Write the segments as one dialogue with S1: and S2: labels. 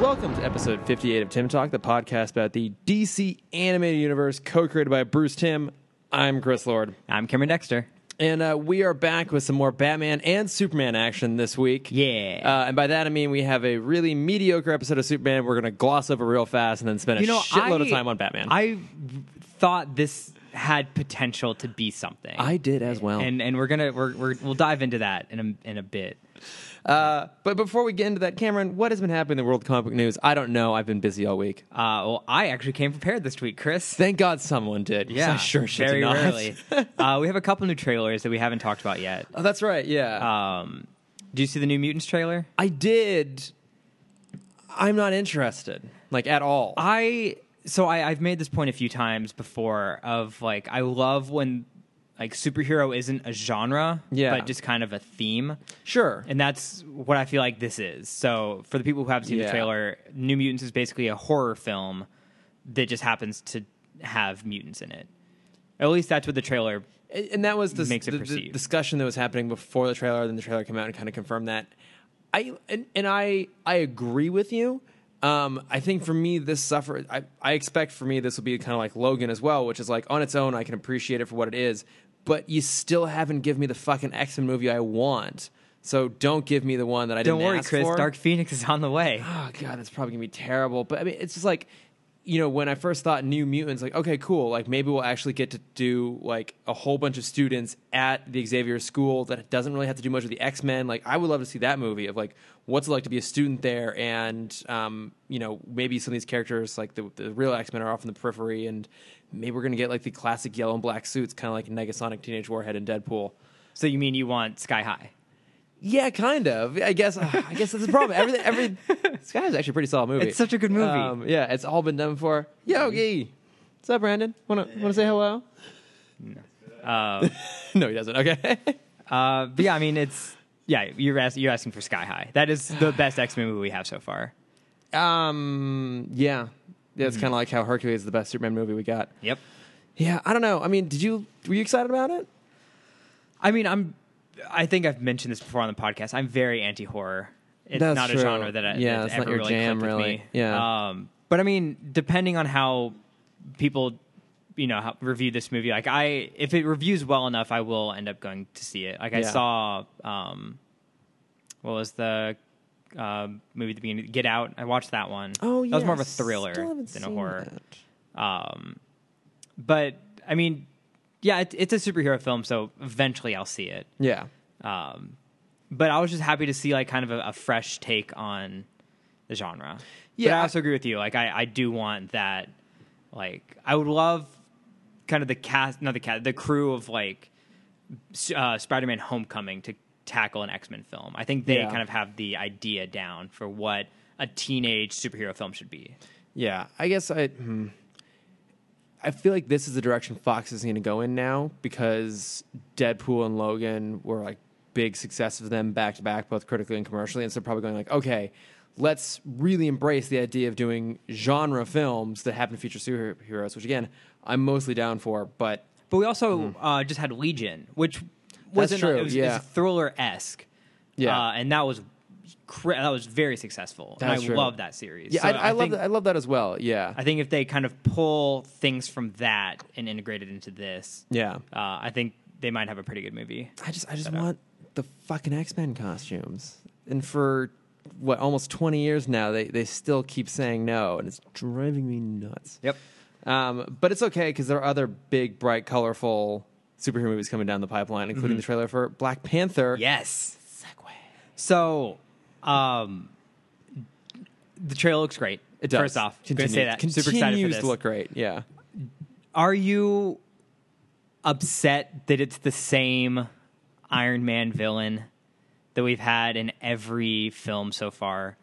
S1: Welcome to episode 58 of Tim Talk, the podcast about the DC animated universe co created by Bruce Tim. I'm Chris Lord.
S2: I'm Cameron Dexter.
S1: And uh, we are back with some more Batman and Superman action this week.
S2: Yeah.
S1: Uh, and by that I mean we have a really mediocre episode of Superman we're going to gloss over real fast and then spend a shitload of time on Batman.
S2: I thought this had potential to be something.
S1: I did as well.
S2: and and we're gonna we're, we're we'll dive into that in a in a bit.
S1: uh, but before we get into that, Cameron, what has been happening in the world of comic book news? I don't know. I've been busy all week.
S2: Uh, well, I actually came prepared this week, Chris.
S1: Thank God someone did. 'cause I sure should
S2: very
S1: not.
S2: rarely. uh, we have a couple new trailers that we haven't talked about yet.
S1: Oh, that's right. Yeah.
S2: Um, do you see the new mutants trailer?
S1: I did. I'm not interested, like at all.
S2: I so I, I've made this point a few times before of like I love when like superhero isn't a genre,
S1: Yeah.
S2: but just kind of a theme.
S1: sure.
S2: And that's what I feel like this is. So for the people who haven't seen
S1: Yeah.
S2: the trailer, New Mutants is basically a horror film that just happens to have mutants in it. At least that's what the trailer
S1: And, and that was the,
S2: Makes it
S1: the, the
S2: perceived.
S1: discussion that was happening before the trailer. Then the trailer came out and kind of confirmed that. I and, and I I agree with you. Um, I think for me this suffer. I, I expect for me this will be kind of like Logan as well, which is like on its own I can appreciate it for what it is, but you still haven't given me the fucking X Men movie I want. So don't give me the one that I
S2: Don't
S1: didn't
S2: worry,
S1: ask
S2: Chris,
S1: for.
S2: Dark Phoenix is on the way.
S1: oh god, it's probably gonna be terrible. But I mean, it's just like, you know, when I first thought New Mutants, like, okay, cool, like maybe we'll actually get to do like a whole bunch of students at the Xavier School that doesn't really have to do much with the X Men. Like, I would love to see that movie of like what's it like to be a student there, and um, you know, maybe some of these characters like the, the real X Men are off in the periphery, and maybe we're gonna get like the classic yellow and black suits, kind of like Negasonic, Teenage Warhead, and Deadpool.
S2: So you mean you want Sky High?
S1: Yeah, kind of. I guess. ah, I guess that's the problem. Everything. Every Sky is actually a pretty solid movie. Um,
S2: It's such a good movie.
S1: yeah, it's all been done before. Yogi, what's up, Brandon? Want to want to say hello?
S2: Uh,
S1: no, he doesn't. Okay.
S2: uh, but yeah, I mean it's yeah. You're ask, you're asking for Sky High. That is the best X Men movie we have so far.
S1: um. Yeah. Yeah, it's kind of like how Hercules is the best Superman movie we got.
S2: Yep.
S1: Yeah, I don't know. I mean, did you were you excited about it?
S2: I mean, I'm. I think I've mentioned this before on the podcast. I'm very anti horror. It's
S1: That's
S2: not
S1: true.
S2: a genre that I,
S1: Yeah,
S2: that's
S1: it's not
S2: ever
S1: your
S2: really
S1: jam,
S2: clicked with
S1: really.
S2: me.
S1: Yeah.
S2: Um, but I mean, depending on how people, you know, how, review this movie, like I, if it reviews well enough, I will end up going to see it. Like I
S1: Yeah.
S2: saw, um, what was the uh, movie at the beginning? Get Out. I watched that one.
S1: Oh,
S2: that was more of a thriller than a horror. Um, but I mean, yeah, it, it's a superhero film, so eventually I'll see it.
S1: Yeah.
S2: Um, but I was just happy to see like kind of a, a fresh take on the genre. but
S1: Yeah,
S2: I
S1: I-
S2: also agree with you. Like I, I do want that. Like I would love kind of the cast, not the cast, the crew of like S- uh, Spider-Man: Homecoming to tackle an X-Men film. I think they
S1: Yeah.
S2: kind of have the idea down for what a teenage superhero film should be.
S1: Yeah, I guess I.
S2: Mm-hmm.
S1: Hmm. I feel like this is the direction Fox is going to go in now because Deadpool and Logan were like big successes of them back to back, both critically and commercially, and so probably going like, okay, let's really embrace the idea of doing genre films that happen to feature superheroes, which again, I'm mostly down for, but
S2: But we also uh, just had Legion, which
S1: Hmm. That's
S2: wasn't
S1: true,
S2: it was,
S1: yeah.
S2: thriller esque.
S1: Yeah.
S2: uh, and that was cra- that was very successful.
S1: That's
S2: and I
S1: true.
S2: love that series.
S1: yeah,
S2: So
S1: I, I, love
S2: think,
S1: that. I love that as well. Yeah,
S2: I think if they kind of pull things from that and integrate it into this,
S1: yeah.
S2: uh, I think they might have a pretty good movie.
S1: I just I just
S2: Better.
S1: want the fucking X Men costumes. And for what almost twenty years now, they they still keep saying no, and it's driving me nuts.
S2: Yep.
S1: Um, but it's okay because there are other big, bright, colorful superhero movies coming down the pipeline, including
S2: Mm-hmm.
S1: the trailer for Black Panther.
S2: Yes.
S1: Segue.
S2: So, um, the trailer looks great.
S1: It does.
S2: First off, I'm gonna
S1: Continues-
S2: say that.
S1: Continues
S2: Super excited for this.
S1: to look great. Yeah.
S2: Are you upset that it's the same Iron Man villain that we've had in every film so far?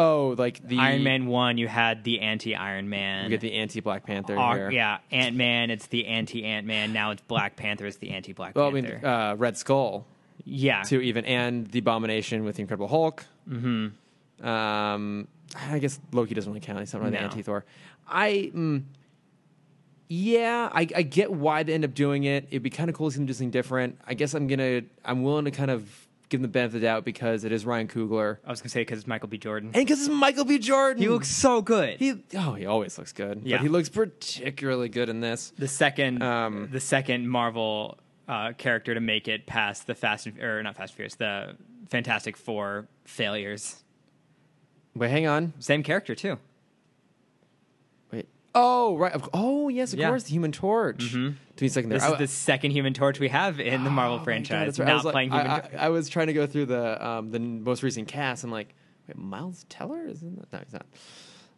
S1: Oh, like the
S2: Iron Man 1, you had the anti Iron Man.
S1: We get the anti Black Panther here.
S2: yeah, Ant Man, it's the anti Ant Man. Now it's Black Panther, it's the anti Black
S1: Well, I
S2: Panther.
S1: mean, uh, Red Skull
S2: yeah.
S1: too, even, and the Abomination with the Incredible Hulk. Mm-hmm. Um, I guess Loki doesn't really count. He's not really the
S2: No.
S1: anti Thor. I, mm, yeah, I, I get why they end up doing it. It'd be kind of cool to see them do something different. I guess I'm gonna, I'm willing to kind of give him the benefit of the doubt because it is Ryan Coogler
S2: I was gonna say because it's Michael B. Jordan.
S1: and because it's Michael B. Jordan.
S2: he looks so good.
S1: he oh he always looks good.
S2: Yeah.
S1: but he looks particularly good in this.
S2: the second,
S1: Um,
S2: the second Marvel uh, character to make it past the Fast and or not Fast and Furious, the Fantastic Four failures.
S1: Wait, hang on.
S2: Same character too.
S1: Wait. Oh right. Of, oh yes, of
S2: Yeah. Mm-hmm.
S1: course. The Human Torch. To be second there.
S2: This
S1: I-
S2: is the second Human Torch we have in the Marvel
S1: Oh my God,
S2: franchise.
S1: that's right. I
S2: Not
S1: was like-
S2: playing Human.
S1: I,
S2: Torch.
S1: I- I was trying to go through the um, the n- most recent cast. I'm like, wait, Miles Teller is in that? No, he's not.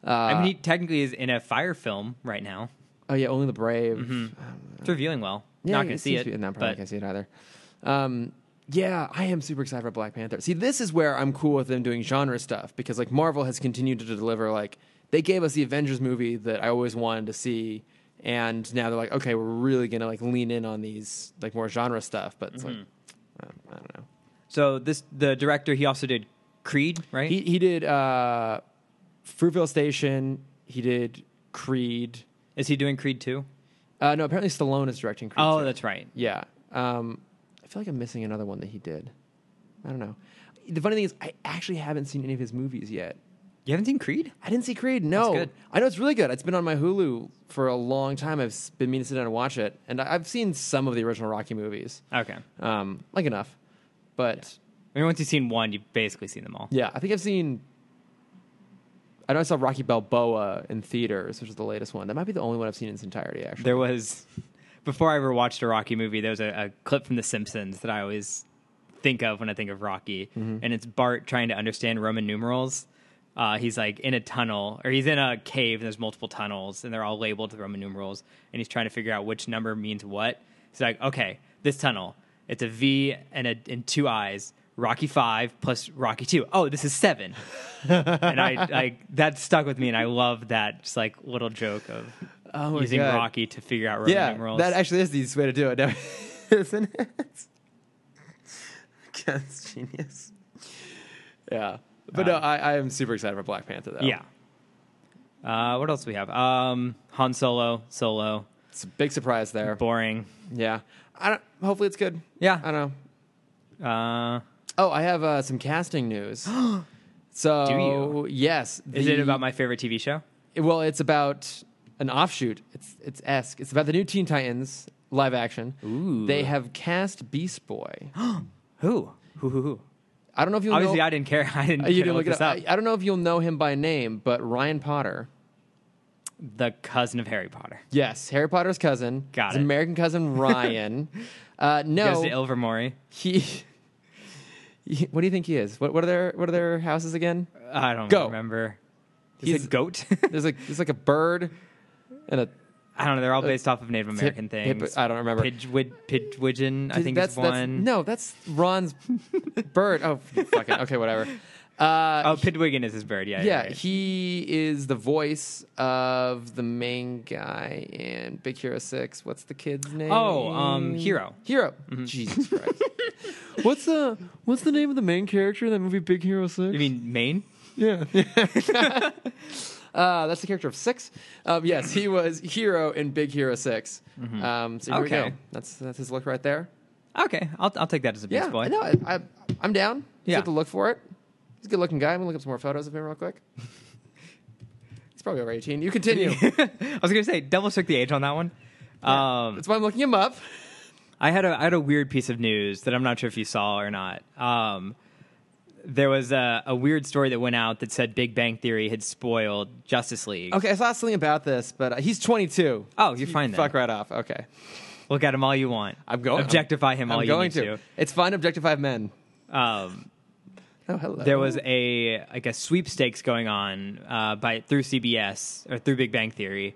S1: Uh,
S2: I mean, he technically is in a fire film right now.
S1: oh yeah, only the brave. Um,
S2: It's revealing well.
S1: yeah,
S2: Mm-hmm. not gonna see
S1: seems
S2: it.
S1: to be- No, I'm probably
S2: but
S1: not gonna see it either. Um, yeah, I am super excited for Black Panther. See, this is where I'm cool with them doing genre stuff because like Marvel has continued to deliver. Like they gave us the Avengers movie that I always wanted to see, and now they're like, okay, we're really gonna like lean in on these like more genre stuff. But it's like,
S2: Mm-hmm.
S1: um, I don't know.
S2: So this the director he also did Creed, right?
S1: He he did uh, Fruitvale Station. He did Creed.
S2: is he doing Creed too?
S1: Uh, no, apparently Stallone is directing Creed.
S2: Oh,
S1: too.
S2: that's right.
S1: yeah. Um, I feel like I'm missing another one that he did. I don't know. The funny thing is, I actually haven't seen any of his movies yet.
S2: You haven't seen Creed?
S1: I didn't see Creed. No,
S2: good.
S1: I know it's really good. It's been on my Hulu for a long time. I've s- been meaning to sit down and watch it, and I- I've seen some of the original Rocky movies,
S2: Okay. I
S1: um, like enough. But
S2: mean, once you've seen one, you've basically seen them all.
S1: Yeah, I think I've seen. I know I saw Rocky Balboa in theaters, which is the latest one. That might be the only one I've seen in its entirety, actually.
S2: There was before I ever watched a Rocky movie, there was a, a clip from The Simpsons that I always think of when I think of Rocky,
S1: Mm-hmm.
S2: and it's Bart trying to understand Roman numerals. Uh, he's like in a tunnel, or he's in a cave, and there's multiple tunnels, and they're all labeled with Roman numerals, and he's trying to figure out which number means what. He's like, okay, this tunnel, it's a V and a and two eyes. Rocky five plus Rocky two. Oh, this is seven, and I, I that stuck with me, and I love that just like little joke of
S1: Oh my
S2: using
S1: God.
S2: Rocky to figure out Roman
S1: yeah,
S2: numerals.
S1: that actually is the easiest way to do it, now, isn't it? God, it's genius. Yeah, but no,
S2: Um,
S1: I, I am super excited for Black Panther though.
S2: yeah. Uh, what else do we have? Um, Han Solo, Solo,
S1: it's a big surprise there.
S2: boring.
S1: Yeah, I don't. Hopefully, it's good.
S2: Yeah.
S1: I don't know.
S2: Uh,
S1: Oh, I have uh, some casting news. so,
S2: Do
S1: yes,
S2: is it
S1: the-
S2: about my favorite TV show?
S1: Well, it's about an offshoot. It's it's esque. It's about the new Teen Titans live action.
S2: Ooh.
S1: They have cast Beast Boy.
S2: Who? Who? Who? Who?
S1: I don't know if you'll
S2: Obviously,
S1: know.
S2: I didn't care. I didn't.
S1: Uh,
S2: care
S1: you
S2: to
S1: can look it up.
S2: this
S1: I, I don't know if you'll know him by name, but Ryan Potter.
S2: the cousin of Harry Potter.
S1: Yes, Harry Potter's cousin.
S2: Got
S1: his
S2: it.
S1: American cousin Ryan. uh,
S2: Goes
S1: no,
S2: to Ilvermorny.
S1: he. he- What do you think he is? What, what are their what are their houses again?
S2: I don't
S1: Go.
S2: remember.
S1: He's-
S2: He's a goat.
S1: There's like there's like a bird, and a
S2: I don't know. They're all based off of Native American
S1: hip-
S2: things.
S1: I don't remember.
S2: Pidgewood, Pidgewigeon, I think
S1: that's
S2: is one.
S1: that's no, that's Ron's bird. Oh, fucking okay, whatever. Uh,
S2: Oh, Pidwiggin is his bird. Yeah.
S1: yeah,
S2: you're right.
S1: he is the voice of the main guy in Big Hero Six. What's the kid's name?
S2: Oh, um, Hero. Mm-hmm.
S1: Hero. Jesus Christ. what's the What's the name of the main character in that movie Big Hero Six?
S2: You mean Maine?
S1: Yeah. uh, that's the character of Six. Um, yes, he was Hero in Big Hero 6 Um, so here we
S2: Mm-hmm. Okay.
S1: go. That's that's his look right there.
S2: Okay, I'll I'll take that as a
S1: Yeah,
S2: beast boy.
S1: no, I, I, I'm down. You
S2: Yeah.
S1: have to look for it. He's a good looking guy. I'm gonna look up some more photos of him real quick. He's probably over 18. You continue.
S2: I was gonna say double check the age on that one. Um,
S1: That's why I'm looking him up.
S2: I had a I had a weird piece of news that I'm not sure if you saw or not. Um, there was a, a weird story that went out that said Big Bang Theory had spoiled Justice League.
S1: Okay, I saw something about this, but uh, he's 22.
S2: Oh, you're fine then.
S1: Fuck right off. Okay,
S2: Look at him all you want.
S1: I'm going.
S2: Objectify him
S1: I'm
S2: all
S1: going
S2: you need to.
S1: It's fine. to Objectify men.
S2: Um,
S1: Oh, hello.
S2: there was a like a sweepstakes going on uh, by through CBS or through Big Bang Theory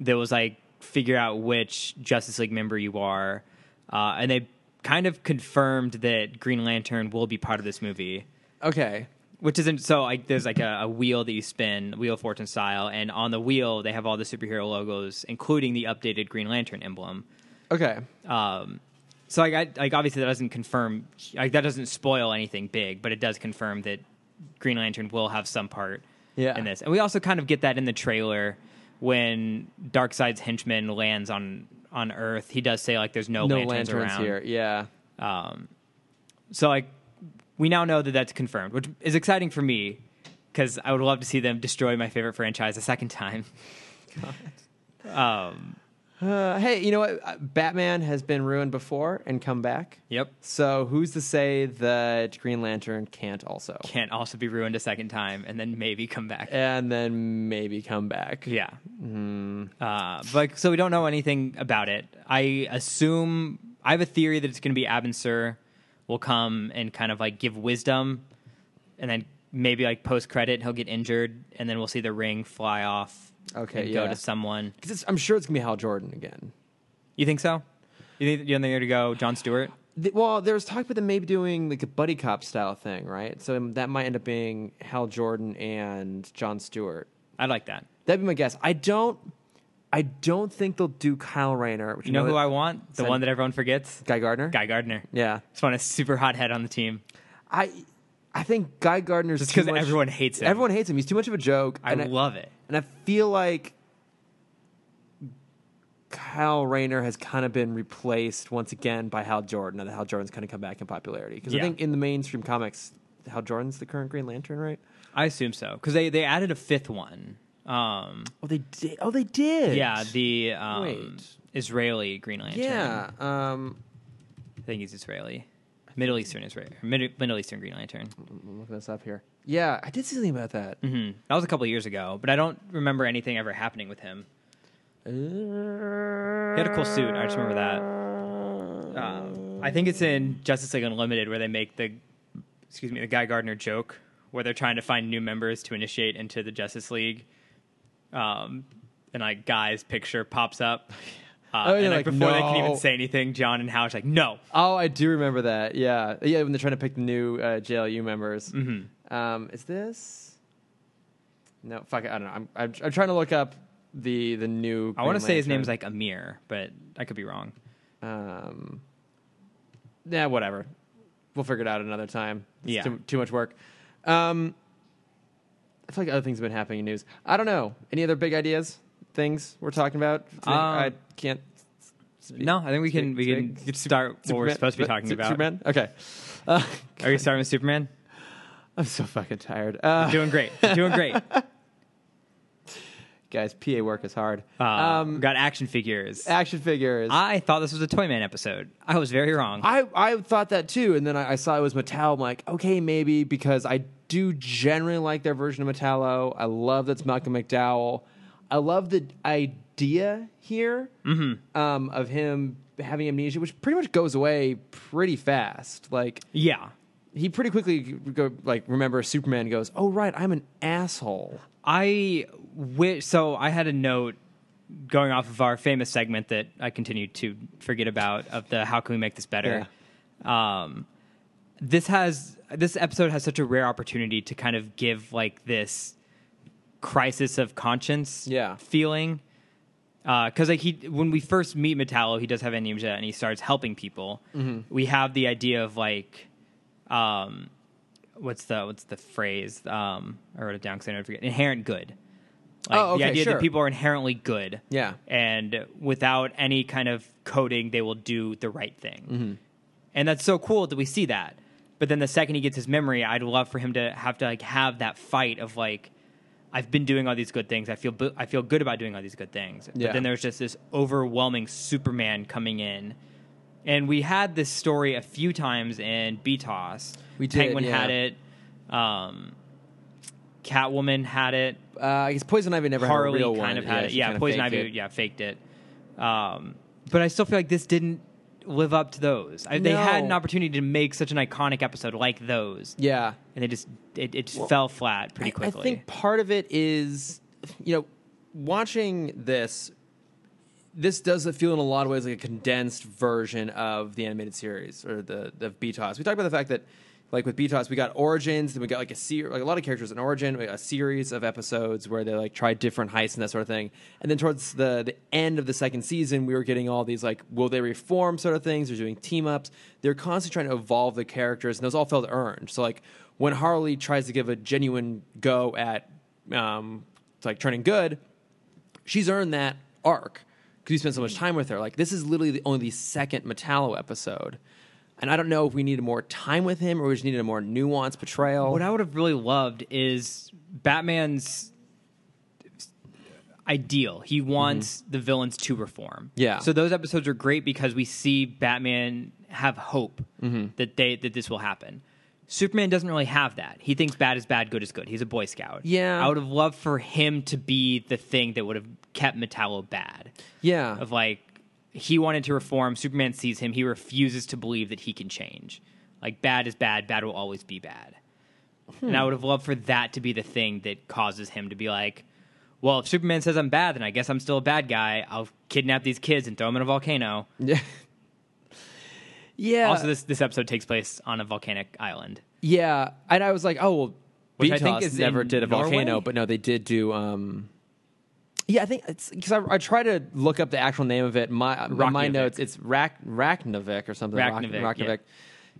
S2: that was like figure out which Justice League member you are, uh, and they kind of confirmed that Green Lantern will be part of this movie,
S1: okay.
S2: which isn't so like there's like a, a wheel that you spin, wheel of fortune style, and on the wheel they have all the superhero logos, including the updated Green Lantern emblem.
S1: Okay.
S2: Um, so like, I, like obviously that doesn't confirm like that doesn't spoil anything big, but it does confirm that Green Lantern will have some part
S1: Yeah.
S2: in this, and we also kind of get that in the trailer when Darkseid's henchman lands on on Earth. He does say like there's no,
S1: no
S2: lanterns,
S1: lanterns
S2: around.
S1: here. Yeah.
S2: Um, so like we now know that that's confirmed, which is exciting for me because I would love to see them destroy my favorite franchise a second time. um,
S1: Uh, hey, you know what? Batman has been ruined before and come back.
S2: yep.
S1: So who's to say that Green Lantern can't also?
S2: Can't also be ruined a second time and then maybe come back.
S1: And then maybe come back.
S2: Yeah.
S1: Mm.
S2: Uh, but so we don't know anything about it. I assume I have a theory that it's going to be Abin Sur will come and kind of like give wisdom, and then maybe like post credit he'll get injured, and then we'll see the ring fly off.
S1: Okay,
S2: and
S1: yeah.
S2: go to someone.
S1: 'Cause it's- I'm sure it's gonna be Hal Jordan again.
S2: You think so? You think you think they're going to go John Stewart?
S1: Th- Well, there was talk about them maybe doing like a buddy cop style thing, right? So that might end up being Hal Jordan and John Stewart.
S2: I like that.
S1: That'd be my guess. I don't, I don't think they'll do Kyle Rayner. Which
S2: You know who I
S1: that-
S2: want? The
S1: Send-
S2: one that everyone forgets.
S1: Guy Gardner.
S2: Guy Gardner.
S1: Yeah,
S2: Just want a super hot head on the team.
S1: I, I think Guy Gardner's
S2: Just
S1: too
S2: because
S1: much-
S2: everyone hates him.
S1: Everyone hates him. He's too much of a joke.
S2: I
S1: and
S2: love it.
S1: and I feel like Kyle Rayner has kind of been replaced once again by Hal Jordan, and Hal Jordan's kind of come back in popularity because I
S2: Yeah.
S1: think in the mainstream comics, Hal Jordan's the current Green Lantern, right?
S2: I assume so because they they added a fifth one. Um,
S1: Oh, they did. Oh, they did.
S2: yeah, the um,
S1: Wait.
S2: Israeli Green Lantern.
S1: yeah. Um,
S2: I think he's Israeli, Middle Eastern Israeli, Mid- Middle Eastern Green Lantern.
S1: I'm looking this up here. Yeah, I did see something about that.
S2: hmm That was a couple years ago, but I don't remember anything ever happening with him. He had a cool suit. I just remember that. Um, I think it's in Justice League Unlimited where they make the, excuse me, the Guy Gardner joke where they're trying to find new members to initiate into the Justice League, um, and like Guy's picture pops up. Uh,
S1: Oh, yeah,
S2: and
S1: like,
S2: like before they can
S1: no.
S2: even say anything, John and Howard's like, "No,
S1: Oh, I do remember that. Yeah, yeah. When they're trying to pick the new uh, JLU members, mm-hmm. um, is this? No, fuck. it, I don't know. I'm, I'm I'm trying to look up the the new.
S2: I want to say his name's like Amir, but I could be wrong.
S1: Um, yeah, whatever. We'll figure it out another time. It's
S2: Yeah.
S1: too, too much work. Um, I feel like other things have been happening in news. I don't know. Any other big ideas? Things we're talking about? today?
S2: Um,
S1: I can't.
S2: No, I think we can we
S1: Speak-
S2: can start what we're
S1: Superman-
S2: supposed to be
S1: but-
S2: talking
S1: Su-
S2: about.
S1: Superman. Okay. Uh,
S2: Are you starting with Superman?
S1: I'm so fucking tired. Uh,
S2: Doing great, doing great.
S1: guys, PA work is hard.
S2: Uh,
S1: um,
S2: got action figures.
S1: action figures. I,
S2: I thought this was a Toyman episode. I was very wrong.
S1: I thought that too, and then I, I saw it was Mattel. I'm like, okay, maybe because I do generally like their version of Metallo. I love that's Malcolm McDowell. I love the idea here um, of him having amnesia, which pretty much goes away pretty fast. Like
S2: yeah,
S1: he pretty quickly go like remember Superman and goes, oh right, I'm an asshole.
S2: I wish. So I had a note going off of our famous segment that I continued to forget about of the how can we make this better. Um, this has this episode has such a rare opportunity to kind of give like this crisis of conscience
S1: Yeah.
S2: feeling because like he when we first meet Metallo, he does have amnesia and he starts helping people. We have the idea of like, um, what's the what's the phrase? Um, I wrote it down because I don't forget. Inherent good. Like,
S1: Oh, okay,
S2: the idea
S1: sure.
S2: that people are inherently good.
S1: Yeah.
S2: and without any kind of coding, they will do the right thing.
S1: Mm-hmm.
S2: And that's so cool that we see that. But then the second he gets his memory, I'd love for him to have to like have that fight of like, I've been doing all these good things. I feel bu- I feel good about doing all these good things.
S1: Yeah.
S2: But then there's just this overwhelming Superman coming in, and we had this story a few times in BTOS.
S1: We did,
S2: Penguin
S1: yeah.
S2: had it. Um, Catwoman had it.
S1: Uh, I guess Poison Ivy never
S2: Harley
S1: had a real one.
S2: kind of had it.
S1: she
S2: Yeah,
S1: kind of
S2: Poison
S1: faked
S2: Ivy.
S1: it.
S2: Yeah, faked it. Um, but I still feel like this didn't live up to those. I, They had
S1: No.
S2: an opportunity to make such an iconic episode like those,
S1: yeah.
S2: and they just it, it just fell flat pretty
S1: I-
S2: quickly.
S1: I think part of it is, you know, watching this. This does feel in a lot of ways like a condensed version of the animated series or the of BTOS. We talked about the fact that, like with BTOS, we got origins, then we got like a ser- like a lot of characters in origin, a series of episodes where they like try different heists and that sort of thing. And then towards the the end of the second season, we were getting all these like will they reform sort of things. They're doing team ups. They're constantly trying to evolve the characters, and those all felt earned. So like when Harley tries to give a genuine go at um, like turning good, she's earned that
S2: Mm.
S1: arc because you spent so much time with her. Like this is literally the, only the second Metallo episode, And I don't know if we needed more time with him or we just needed a more nuanced portrayal.
S2: What I would have really loved is Batman's ideal. He wants the villains to reform.
S1: Mm-hmm. Yeah.
S2: So those episodes are great because we see Batman have hope
S1: Mm-hmm.
S2: that they that this will happen. Superman doesn't really have that. He thinks bad is bad, good is good. He's a Boy Scout.
S1: Yeah.
S2: I would have loved for him to be the thing that would have kept Metallo bad.
S1: yeah.
S2: Of like he wanted to reform, Superman sees him, he refuses to believe that he can change. Like bad is bad, bad will always be bad. And
S1: Hmm.
S2: I would have loved for that to be the thing that causes him to be like, well, if Superman says I'm bad, then I guess I'm still a bad guy. I'll kidnap these kids and throw them in a volcano.
S1: Yeah. yeah.
S2: Also, this this episode takes place on a volcanic island.
S1: yeah. And I was like, oh, well,
S2: Which I
S1: Beatos
S2: think is
S1: never
S2: in
S1: did a volcano,
S2: Norway?
S1: but no, they did do. um yeah, I think it's because I, I tried to look up the actual name of it. My in my
S2: Raknavik.
S1: notes, it's Rak Raknavik or something. Rak-
S2: Raknavik, yeah.
S1: Raknavik.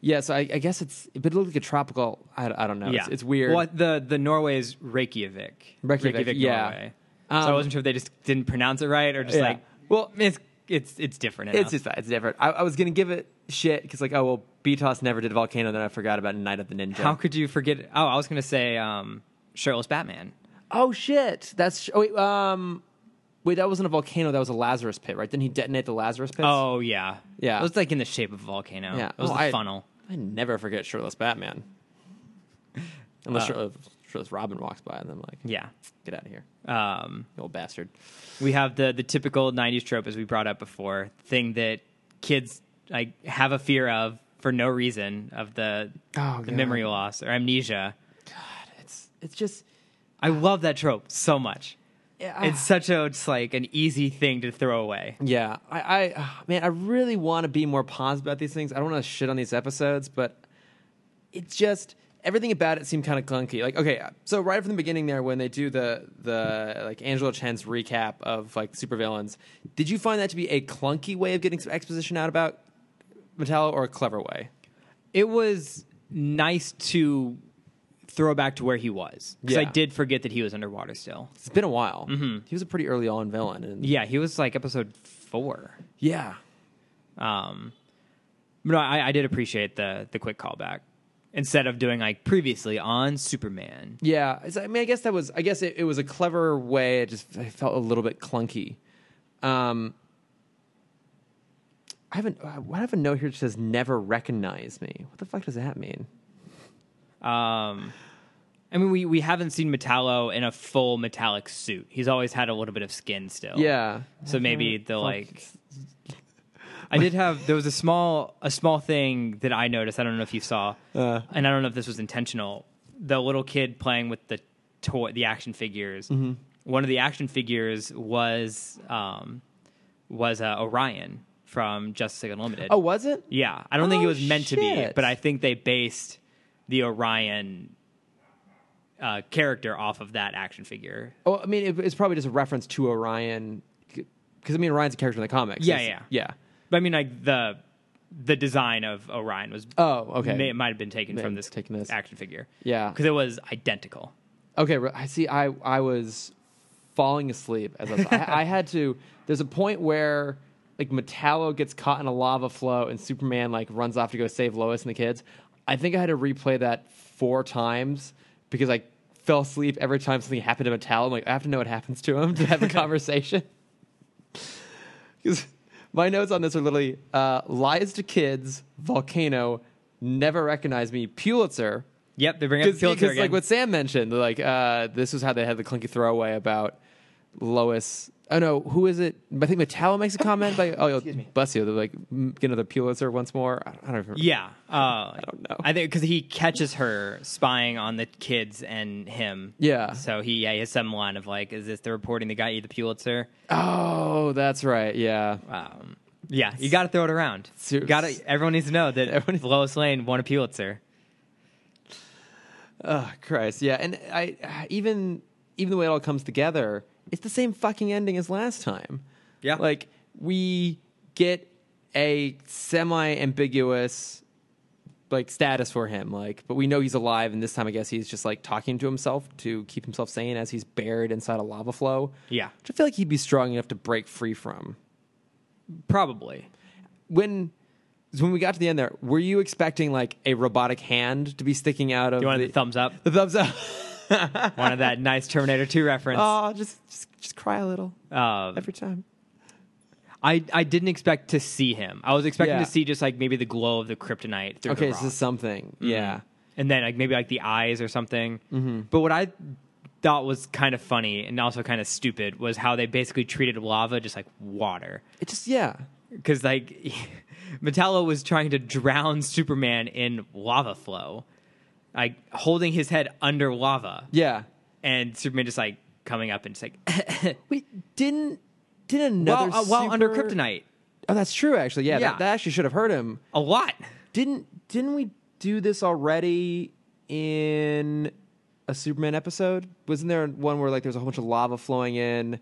S1: Yeah. so I, I guess it's, but it looked like a tropical. I, I don't know. Oh, It's, it's weird.
S2: Well, the the Norway is Reykjavik.
S1: Reykjavik, yeah.
S2: Norway.
S1: Um,
S2: so I wasn't sure if they just didn't pronounce it right or just
S1: Yeah.
S2: like, well, it's it's it's different. Enough.
S1: It's just that it's different. I, I was gonna give it shit because like oh well, Beatos never did a volcano. Then I forgot about Night of the Ninja.
S2: how could you forget? Oh, I was gonna say um, shirtless Batman.
S1: oh shit, that's oh, wait, um wait that wasn't a volcano. That was a Lazarus pit, right? Didn't he detonate the Lazarus pit?
S2: Oh yeah,
S1: Yeah.
S2: It was like in the shape of a volcano.
S1: Yeah.
S2: it was
S1: Oh,
S2: the
S1: I-
S2: funnel.
S1: I never forget shirtless Batman. Unless shirtless, shirtless Robin walks by and I'm like,
S2: Yeah.
S1: get out of here,
S2: Um,
S1: you old bastard.
S2: we have the the typical '90s trope as we brought up before, thing that kids like have a fear of for no reason of the
S1: Oh,
S2: the
S1: God.
S2: memory loss or amnesia.
S1: It's it's just
S2: I love that trope so much.
S1: yeah.
S2: It's such a it's like an easy thing to throw away.
S1: Yeah, I, I ah, man, I really want to be more positive about these things. I don't want to shit on these episodes, but it just everything about it seemed kind of clunky. Like, okay, uh, so right from the beginning there, when they do the the like Angela Chen's recap of like supervillains, did you find that to be a clunky way of getting some exposition out about Metallo, or a clever way?
S2: It was nice to throw back to where he was because I
S1: Yeah.
S2: did forget that he was underwater still.
S1: It's been a while. He was a pretty early on villain, and
S2: Yeah, he was like episode four.
S1: yeah,
S2: Um, but no, I, I did appreciate the the quick callback instead of doing like previously on Superman.
S1: Yeah, it's, I mean, I guess that was. I guess it, it was a clever way. It just I felt a little bit clunky. Um, I haven't. I have a note here that says "never recognize me." What the fuck does that mean?
S2: Um, I mean, we we haven't seen Metallo in a full metallic suit. He's always had a little bit of skin still.
S1: Yeah,
S2: So maybe the like. I did have there was a small a small thing that I noticed. I don't know if you saw,
S1: Uh.
S2: and I don't know if this was intentional. The little kid playing with the toy, the action figures.
S1: Mm-hmm.
S2: One of the action figures was um, was uh, Orion from Justice League Unlimited.
S1: Oh, was it?
S2: yeah, I don't think
S1: Oh,
S2: it was meant to be,
S1: shit.
S2: but I think they based the Orion uh, character off of that action figure.
S1: Oh, I mean, it, it's probably just a reference to Orion, because I mean, Orion's a character in the comics.
S2: Yeah,
S1: It's- yeah.
S2: But I mean, like the the design of Orion was
S1: Oh, okay.
S2: may, it might have been taken
S1: May
S2: from
S1: have
S2: this,
S1: taken this.
S2: action figure.
S1: Yeah.
S2: because it was identical.
S1: Okay, re- I see. I I was falling asleep as I, was, I, I had to. There's a point where like Metallo gets caught in a lava flow and Superman like runs off to go save Lois and the kids. I think I had to replay that four times because I fell asleep every time something happened to Metallo. I'm like, I have to know what happens to him to have a conversation. 'Cause my notes on this are literally uh, lies to kids, volcano, never recognize me, Pulitzer.
S2: Yep, they bring up
S1: Because
S2: Pulitzer again.
S1: like what Sam mentioned, like uh, this was how they had the clunky throwaway about Lois. Oh no, who is it? I think Metallo makes a comment like, "Oh, excuse me, bless you." They're like, "M- "Get another Pulitzer once more." I don't, I don't remember.
S2: yeah, uh, I
S1: don't know.
S2: I think because he catches her spying on the kids and him.
S1: Yeah.
S2: So he yeah, he has some line of like, "Is this the reporting that got you the Pulitzer?"
S1: Oh, that's right. Yeah.
S2: Um, yeah, you got to throw it around.
S1: Ser-
S2: You got to. Everyone needs to know
S1: Everyone-
S2: that Lois Lane won a Pulitzer.
S1: Oh Christ. Yeah. And I even even the way it all comes together, it's the same fucking ending as last time.
S2: Yeah.
S1: Like we get a semi ambiguous like status for him like but we know he's alive and this time i guess he's just like talking to himself to keep himself sane as he's buried inside a lava flow
S2: Yeah.
S1: which i feel like he'd be strong enough to break free from
S2: Probably.
S1: when so when we got to the end there, were you expecting like a robotic hand to be sticking out of
S2: You wanted
S1: the,
S2: the thumbs up?
S1: the thumbs up?
S2: Wanted that nice Terminator 2 reference.
S1: oh, just, just just cry a little
S2: Um,
S1: every time.
S2: I, I didn't expect to see him. I was expecting
S1: Yeah.
S2: to see just like maybe the glow of the kryptonite through the
S1: Okay,
S2: rock. Mm-hmm.
S1: so something. Yeah. Mm-hmm.
S2: and then like maybe like the eyes or something. But what I thought was kind of funny and also kind of stupid was how they basically treated lava just like water
S1: It just yeah.
S2: because like Metallo was trying to drown Superman in lava flow, like holding his head under lava,
S1: Yeah.
S2: and Superman just like coming up and just like
S1: Wait, didn't did another
S2: while, uh, while under
S1: super-
S2: kryptonite
S1: Oh, that's true actually. Yeah,
S2: Yeah.
S1: That, that actually should have hurt him.
S2: a lot.
S1: Didn't didn't we do this already in a Superman episode? Wasn't there one where like there's a whole bunch of lava flowing in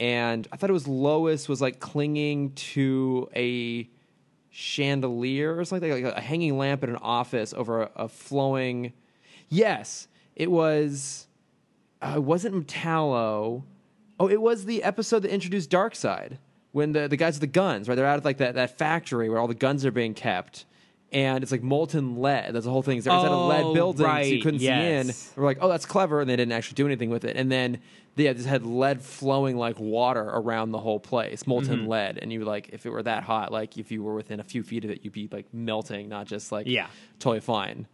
S1: and I thought it was Lois was like clinging to a chandelier or something like a hanging lamp in an office over a, a flowing Yes, it was uh, it wasn't Metallo. Oh, it was the episode that introduced Darkseid when the, the guys with the guns, right? They're out at like that, that factory where all the guns are being kept. And it's like molten lead. That's the whole thing. They're inside a
S2: Oh,
S1: lead building, so you
S2: right,
S1: couldn't see
S2: yes.
S1: in. We're like, oh, that's clever, and they didn't actually do anything with it. And then they had- just had lead flowing like water around the whole place, molten
S2: Mm-hmm.
S1: lead. And you like, if it were that hot, like if you were within a few feet of it, you'd be like melting, not just like
S2: Yeah.
S1: totally fine.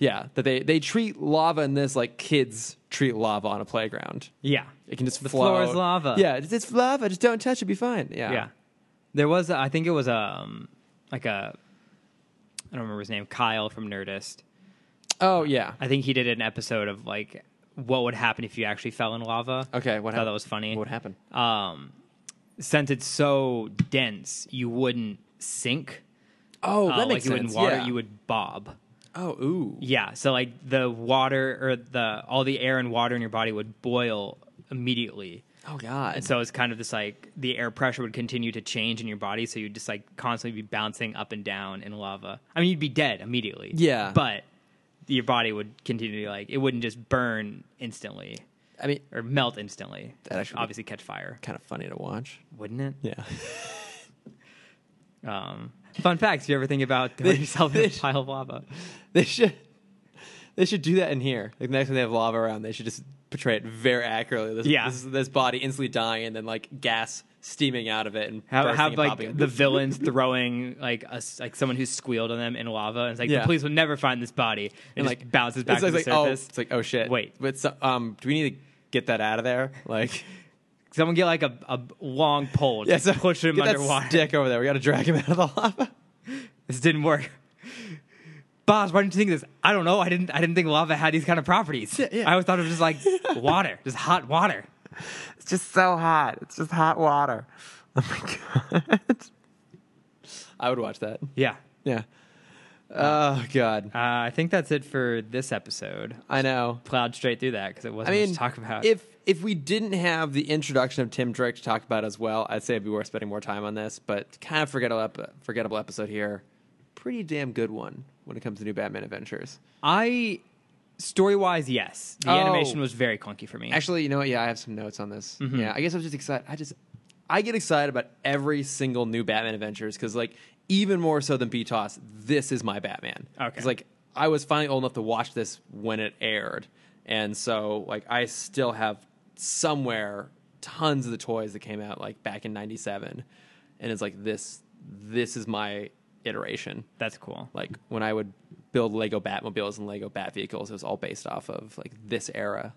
S1: Yeah, that they they treat lava in this like kids treat lava on a playground.
S2: Yeah,
S1: It can just
S2: The
S1: flow.
S2: floor is lava.
S1: Yeah, it's, it's lava. Just don't touch it. Be fine. Yeah.
S2: Yeah. There was, I think it was um like a, I don't remember his name, Kyle from Nerdist.
S1: Oh yeah.
S2: I think he did an episode of like what would happen if you actually fell in lava.
S1: Okay. What
S2: I
S1: happened?
S2: thought that was funny.
S1: What happened?
S2: Um, since it's so dense, you wouldn't sink.
S1: Oh, that
S2: Uh, like
S1: makes
S2: you
S1: sense.
S2: wouldn't water,
S1: yeah.
S2: you would bob.
S1: Oh ooh.
S2: Yeah, so like the water or the all the air and water in your body would boil immediately.
S1: Oh god.
S2: And so it's kind of this like the air pressure would continue to change in your body, so you'd just like constantly be bouncing up and down in lava. I mean, you'd be dead immediately.
S1: Yeah.
S2: but your body would continue to like it wouldn't just burn instantly
S1: I mean,
S2: or melt instantly.
S1: That actually would-
S2: obviously catch fire,
S1: kind of funny to watch.
S2: wouldn't it?
S1: Yeah.
S2: Um, fun facts: If you ever think about throwing yourself in a pile of lava,
S1: they should. They should do that in here. Like next time they have lava around, they should just portray it very accurately. This,
S2: Yeah.
S1: This, this body instantly dying and then like gas steaming out of it and
S2: have,
S1: bursting
S2: have
S1: and popping.
S2: like the villains throwing like us like someone who squealed on them in lava, and it's like
S1: Yeah.
S2: the police will never find this body, and,
S1: and
S2: just
S1: like
S2: bounces back
S1: it's
S2: to
S1: like,
S2: the
S1: like,
S2: surface.
S1: Oh, it's like oh shit.
S2: Wait.
S1: but so, um, do we need to get that out of there? Like,
S2: Someone get like a, a long pole,
S1: yeah,
S2: just
S1: so
S2: push him
S1: get that
S2: underwater.
S1: Stick over there. We got to drag him out of the lava.
S2: This didn't work. Boss, why didn't you think of this? I don't know. I didn't. I didn't think lava had these kind of properties.
S1: yeah.
S2: I always thought it was just like water, just hot water.
S1: It's just so hot. It's just hot water. Oh my god. I would watch that.
S2: Yeah,
S1: Yeah. Oh god.
S2: uh, I think that's it for this episode.
S1: I know.
S2: Plowed straight through that because it
S1: I
S2: wasn't much
S1: mean,
S2: to talk about.
S1: if if we didn't have the introduction of Tim Drake to talk about as well, I'd say it'd be worth spending more time on this. But kind of forgettable, ep- forgettable episode here. Pretty damn good one when it comes to new Batman adventures.
S2: I story wise, yes, the
S1: Oh.
S2: animation was very clunky for me. Mm-hmm.
S1: Actually, you know what? Yeah, I have some notes on this. Yeah, I guess I was just excited. I just, I get excited about every single new Batman Adventures because, like, even more so than BTOS, this is my Batman.
S2: Okay.
S1: It's like I was finally old enough to watch this when it aired, and so like I still have somewhere tons of the toys that came out like back in '97, and it's like this, this is my iteration
S2: that's cool.
S1: like when I would build Lego Batmobiles and Lego Bat vehicles, it was all based off of like this era.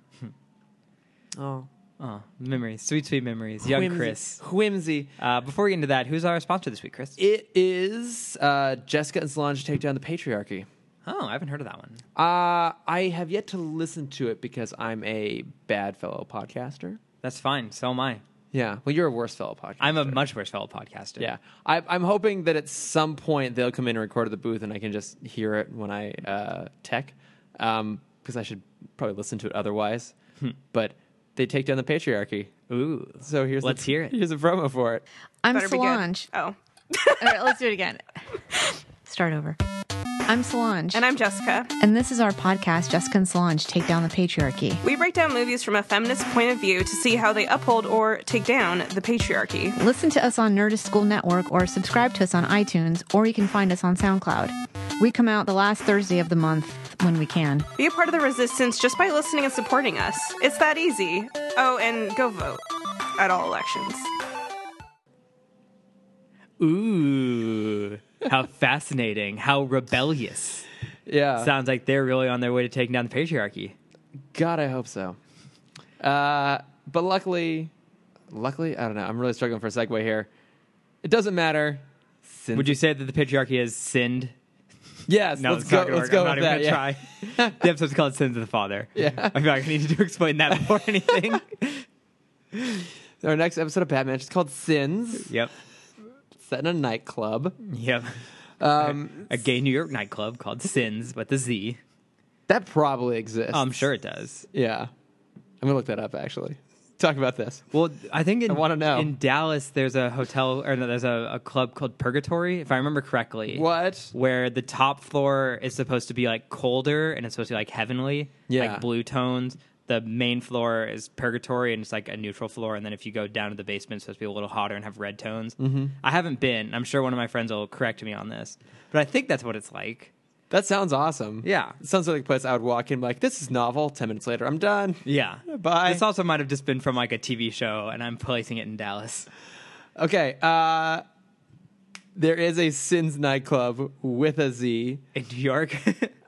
S1: Oh,
S2: Oh, memories, sweet sweet memories. Young Chris.
S1: whimsy.
S2: Uh, before we get into that, who's our sponsor this week, Chris?
S1: It is uh, Jessica and Solange take down the patriarchy.
S2: Oh, I haven't heard of that one.
S1: Uh, I have yet to listen to it because I'm a bad fellow podcaster.
S2: That's fine. So am I.
S1: Yeah, well, you're a worse fellow podcaster.
S2: I'm a much worse fellow podcaster.
S1: yeah. I, I'm hoping that at some point they'll come in and record at the booth, and I can just hear it when I uh, tech, because I should probably listen to it otherwise.
S2: Hmm.
S1: But they take down the patriarchy.
S2: Ooh.
S1: So here's
S2: Let's
S1: the,
S2: hear it.
S1: Here's a promo for it.
S3: I'm
S4: Better be good.
S3: Solange.
S4: Oh.
S3: All right, let's do it again. Start over. I'm Solange.
S4: And I'm Jessica.
S3: And this is our podcast, Jessica and Solange Take Down the Patriarchy.
S4: We break down movies from a feminist point of view to see how they uphold or take down the patriarchy.
S3: Listen to us on Nerdist School Network or subscribe to us on iTunes, or you can find us on SoundCloud. We come out the last Thursday of the month when we can.
S4: Be a part of the resistance just by listening and supporting us. It's that easy. Oh, and go vote at all elections.
S2: Ooh, how fascinating! How rebellious!
S1: Yeah.
S2: Sounds like they're really on their way to taking down the patriarchy.
S1: God, I hope so. Uh, but luckily, luckily, I don't know. I'm really struggling for a segue here. It doesn't matter. Since
S2: Would you say that the patriarchy has sinned?
S1: Yes.
S2: No,
S1: let's
S2: it's
S1: go.
S2: not gonna
S1: Let's
S2: work.
S1: go
S2: I'm not
S1: with
S2: even
S1: that.
S2: gonna
S1: yeah.
S2: try. the episode's called "Sins of the Father."
S1: Yeah.
S2: I feel like I needed to explain that before anything.
S1: Our next episode of Batman is called Sins.
S2: yep.
S1: It's set in a nightclub.
S2: Yep.
S1: Um,
S2: A gay New York nightclub called Sins with a Z.
S1: that probably exists.
S2: Oh, I'm sure it does.
S1: Yeah. I'm gonna look that up actually. Talk about this.
S2: Well, I think in,
S1: I wanna know.
S2: in Dallas there's a hotel or no, there's a, a club called Purgatory, if I remember correctly.
S1: What?
S2: Where the top floor is supposed to be like colder and it's supposed to be like heavenly,
S1: Yeah.
S2: like blue tones. The main floor is purgatory and it's like a neutral floor. And then if you go down to the basement, it's supposed to be a little hotter and have red tones. Mm-hmm. I haven't been. I'm sure one of my friends will correct me on this, but I think that's what it's like.
S1: That sounds awesome.
S2: Yeah.
S1: It sounds like a place I would walk in like, this is novel. Ten minutes later, I'm done.
S2: Yeah.
S1: Bye.
S2: This also might have just been from like a TV show and I'm placing it in Dallas.
S1: Okay. Uh there is a Sins nightclub with a Z.
S2: In New York.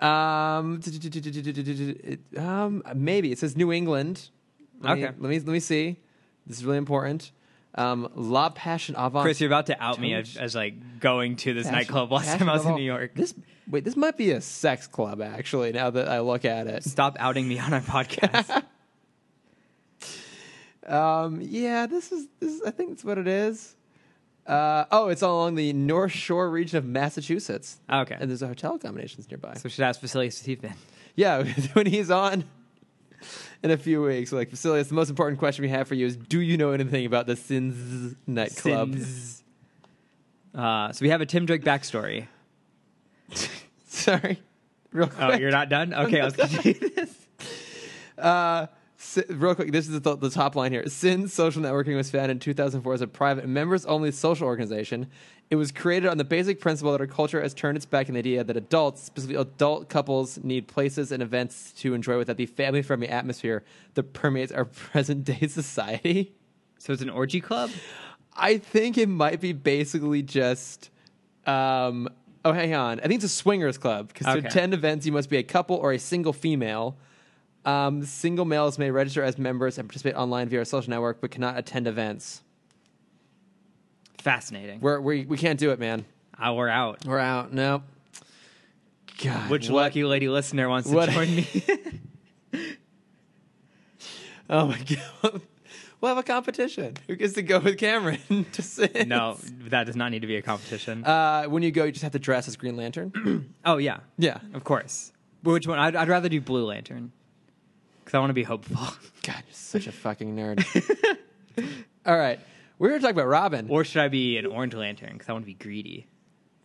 S1: Um, it- um, maybe it says New England. Let me-
S2: Okay.
S1: let me let me see. This is really important. Um, La Passion Avant.
S2: Chris, you're about to out me as,
S1: Don't-
S2: as like going to this
S1: Passion-
S2: nightclub last
S1: Passion
S2: time I was in
S1: Avant.
S2: New York.
S1: This wait, this might be a sex club actually. Now that I look at it,
S2: Stop outing me on our podcast.
S1: um, yeah, this is this. Is, I think that's what it is. Uh, oh, it's all along the North Shore region of Massachusetts.
S2: Okay.
S1: and there's a hotel accommodations nearby.
S2: so we should ask Facilities Steve then.
S1: yeah, when he's on in a few weeks, like Facilius, the most important question we have for you is: Do you know anything about the Sins nightclub?
S2: Sins. Uh, so we have a Tim Drake backstory.
S1: Sorry, real quick.
S2: Oh, you're not done? Okay, let's continue this.
S1: Uh, si- real quick, this is the, the top line here. Sin Social Networking was founded in 2004 as a private, members-only social organization. It was created on the basic principle that our culture has turned its back on the idea that adults, specifically adult couples, need places and events to enjoy without the family-friendly atmosphere that permeates our present-day society.
S2: So it's an orgy club?
S1: I think it might be basically just. Um, oh, hang on. I think it's a swingers club because
S2: Okay.
S1: to attend events, you must be a couple or a single female. Um, single males may register as members and participate online via our social network, but cannot attend events.
S2: Fascinating.
S1: We're, we we can't do it, man.
S2: Ah, we're out.
S1: We're out. Nope. God,
S2: Which
S1: what-
S2: lucky lady listener wants
S1: what-
S2: to join me?
S1: Oh my god. We'll have a competition. Who gets to go with Cameron to Sins?
S2: no, that does not need to be a competition.
S1: Uh, when you go, you just have to dress as Green Lantern.
S2: oh, yeah.
S1: yeah.
S2: Of course. But which one? I'd, I'd rather do Blue Lantern because I want to be hopeful.
S1: God, you're such a fucking nerd. All right. We were talking about Robin.
S2: Or should I be an orange lantern? Because I want to be greedy.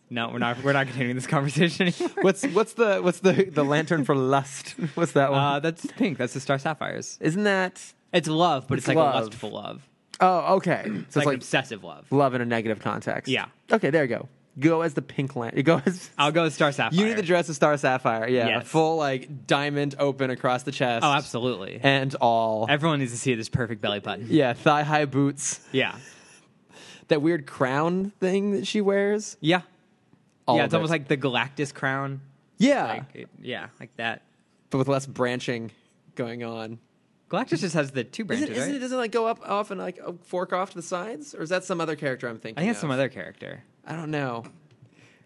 S2: No, we're not. We're not continuing this conversation anymore.
S1: what's what's the what's the the lantern for lust? What's that one?
S2: Uh, that's pink. That's the Star Sapphires.
S1: Isn't that
S2: It's love, but it's,
S1: It's
S2: like
S1: love.
S2: a lustful love.
S1: Oh, okay. So it's
S2: It's like,
S1: like,
S2: an obsessive love.
S1: love in a negative context.
S2: Yeah.
S1: Okay, there you go. Go as the pink lantern. Go as
S2: I'll go with Star Sapphire.
S1: You need to dress as Star Sapphire. Yeah.
S2: Yes.
S1: Full like diamond open across the chest.
S2: Oh, absolutely.
S1: And all.
S2: Everyone needs to see this perfect belly button.
S1: yeah, thigh high boots.
S2: Yeah,
S1: That weird crown thing that she wears.
S2: yeah,
S1: All
S2: yeah.
S1: of
S2: It's
S1: it.
S2: almost like the Galactus crown.
S1: Yeah.
S2: Like, it- yeah, like that.
S1: but with less branching going on.
S2: Galactus just has the two
S1: Isn't,
S2: branches,
S1: isn't
S2: right?
S1: it doesn't it, like go up off and like fork off to the sides, or is that some other character I'm thinking?
S2: I think it's
S1: of?
S2: some other character.
S1: I don't know.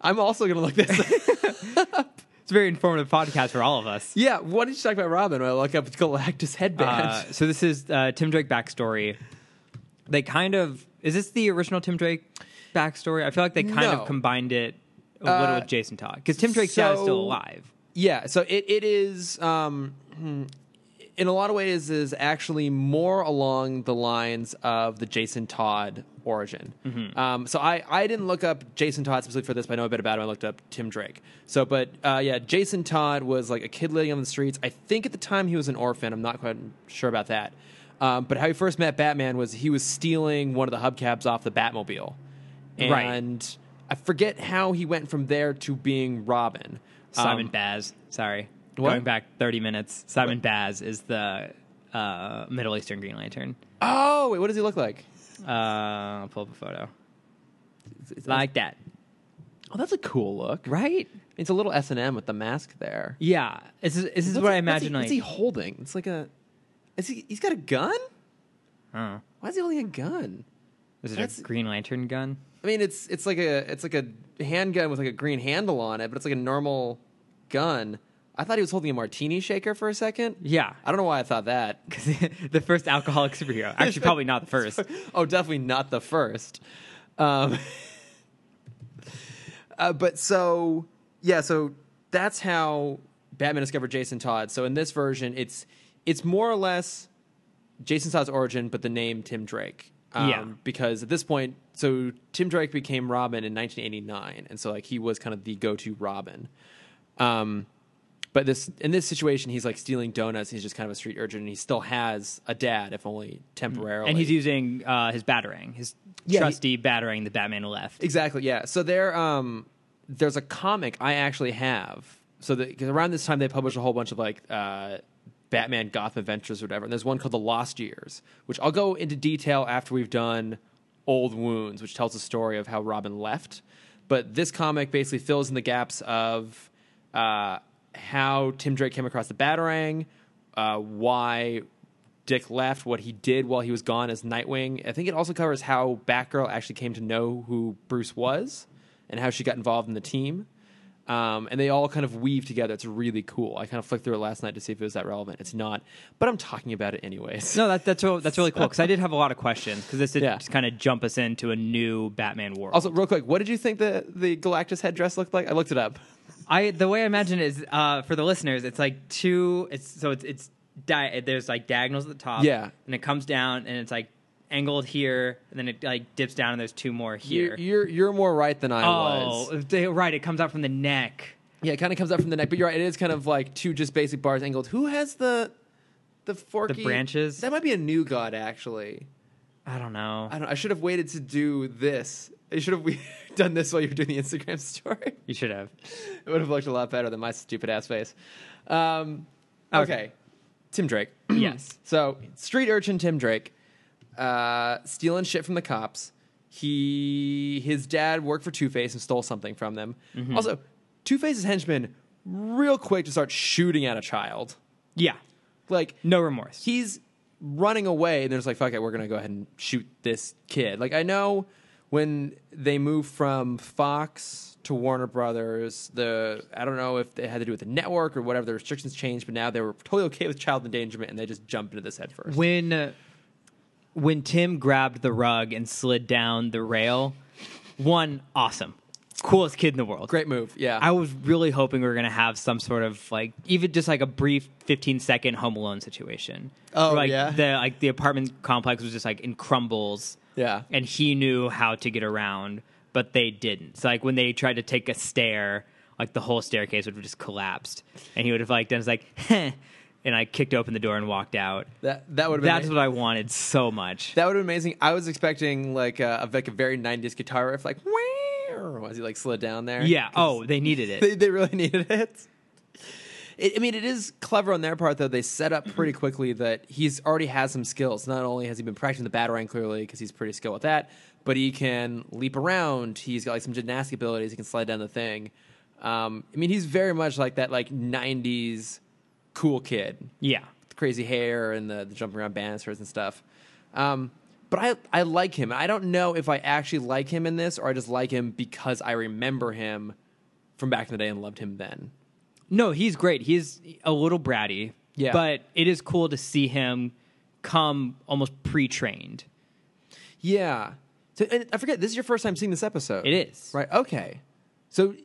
S1: I'm also gonna look this. up.
S2: It's a very informative podcast for all of us.
S1: yeah, what did you talk about Robin? When I look up Galactus headband.
S2: Uh, so this is uh, Tim Drake backstory. They kind of is this the original Tim Drake backstory? I feel like they kind
S1: No.
S2: of combined it a
S1: Uh,
S2: little with Jason Todd because Tim Drake's dad is
S1: so-
S2: still alive.
S1: yeah, so it it is. Um, hmm, in a lot of ways is actually more along the lines of the Jason Todd origin.
S2: Mm-hmm.
S1: Um, so I, I didn't look up Jason Todd specifically for this, but I know a bit about him. I looked up Tim Drake. So, but uh, yeah, Jason Todd was like a kid living on the streets. I think at the time he was an orphan. I'm not quite sure about that. Um, but how he first met Batman was he was stealing one of the hubcaps off the Batmobile,
S2: Right.
S1: and I forget how he went from there to being Robin.
S2: Simon
S1: Um,
S2: Baz. Sorry.
S1: What?
S2: Going back 30 minutes. Simon Baz is the uh, Middle Eastern Green Lantern.
S1: Oh wait, what does he look like?
S2: Uh, I'll pull up a photo.
S1: It's
S2: Like that.
S1: oh, that's a cool look.
S2: Right?
S1: It's a little S and M with the mask there.
S2: Yeah. This is, this is
S1: What's
S2: what
S1: he-
S2: I imagine.
S1: What's
S2: Like,
S1: he, what's he holding? It's like a. Is he? He's got a gun.
S2: Huh.
S1: Why is he holding a gun?
S2: is it
S1: That's-
S2: a Green Lantern gun?
S1: I mean, it's it's like a it's like a handgun with like a green handle on it, but it's like a normal gun. I thought he was holding a martini shaker for a second.
S2: Yeah.
S1: I don't know why I thought that.
S2: Because the first alcoholic superhero. Actually, probably not the first.
S1: oh, definitely not the first. Um, uh, but so yeah, so that's how Batman discovered Jason Todd. So in this version, it's it's more or less Jason Todd's origin, but the name Tim Drake. Um,
S2: Yeah.
S1: Because at this point, so Tim Drake became Robin in 1989, and so like he was kind of the go-to Robin. Um, but this in this situation, he's like stealing donuts. He's just kind of a street urchin, and he still has a dad, if only temporarily.
S2: Mm-hmm. And he's using uh, his batarang, his
S1: Yeah, he-
S2: trusty batarang that Batman left.
S1: Exactly. Yeah. So there, um, there's a comic I actually have. So that 'cause around this time they published a whole bunch of like uh, Batman Gotham Adventures or whatever. And there's one called The Lost Years, which I'll go into detail after we've done Old Wounds, which tells the story of how Robin left. But this comic basically fills in the gaps of uh, how Tim Drake came across the Batarang, uh, why Dick left, what he did while he was gone as Nightwing. I think it also covers how Batgirl actually came to know who Bruce was and how she got involved in the team. Um, and they all kind of weave together. It's really cool. I kind of flicked through it last night to see if it was that relevant. It's not, but I'm talking about it anyways.
S2: No, that, that's, real- that's really cool. Because I did have a lot of questions. Because this did
S1: Yeah.
S2: just kind of jump us into a new Batman world.
S1: Also, real quick, what did you think the, the Galactus headdress looked like? I looked it up.
S2: I the way I imagine it is uh, for the listeners, it's like two. It's so it's it's di- there's like diagonals at the top,
S1: Yeah.
S2: and it comes down and it's like angled here, and then it like dips down and there's two more here.
S1: You're, you're, you're more right than I was.
S2: oh, they- right, it comes out from the neck.
S1: Yeah, it kind of comes up from the neck, but you're right. It is kind of like two just basic bars angled. Who has the the forky
S2: branches?
S1: That might be a new god, actually.
S2: I don't know.
S1: I don't. I should have waited to do this. I should have we- done this while you were doing the Instagram story.
S2: you should have.
S1: It would have looked a lot better than my stupid ass face. Um, okay. Tim Drake.
S2: yes.
S1: so street urchin Tim Drake, uh, stealing shit from the cops. He his dad worked for Two Face and stole something from them. Also, Two Face's henchmen real quick to start shooting at a child.
S2: Yeah.
S1: Like
S2: No remorse.
S1: he's running away and there's like fuck it we're gonna go ahead and shoot this kid like i know when they moved from fox to warner brothers the i don't know if it had to do with the network or whatever the restrictions changed but now they were totally okay with child endangerment and they just jumped into this head first
S2: when uh, when Tim grabbed the rug and slid down the rail, one awesome, coolest kid in the world.
S1: great move yeah
S2: I was really hoping we were going to have some sort of like even just like a brief 15 second home alone situation.
S1: Oh,
S2: Where, like,
S1: yeah?
S2: The like the apartment complex was just like in crumbles.
S1: Yeah.
S2: And he knew how to get around, but they didn't. So like when they tried to take a stair, like the whole staircase would have just collapsed and he would have like done is like "Heh," and I kicked open the door and walked out.
S1: that that would have been
S2: That's what I wanted so much.
S1: that would have been amazing i was expecting like a, a- like a very 90s guitar riff like "Wow," as he like slid down there
S2: yeah. Oh, they needed it.
S1: they, they really needed it. it. I mean, it is clever on their part, though. They set up pretty quickly that he's already has some skills. Not only has he been practicing the batarang clearly because he's pretty skilled with that, but he can leap around. He's got like some gymnastic abilities. He can slide down the thing. Um, I mean, he's very much like that like '90s cool kid
S2: yeah.
S1: the crazy hair and the, the jumping around banisters and stuff. Um, but I, I like him. I don't know if I actually like him in this or I just like him because I remember him from back in the day and loved him then.
S2: No, he's great. He's a little bratty.
S1: Yeah.
S2: But it is cool to see him come almost pre trained.
S1: Yeah. So and I forget this is your first time seeing this episode.
S2: It is.
S1: Right. Okay. So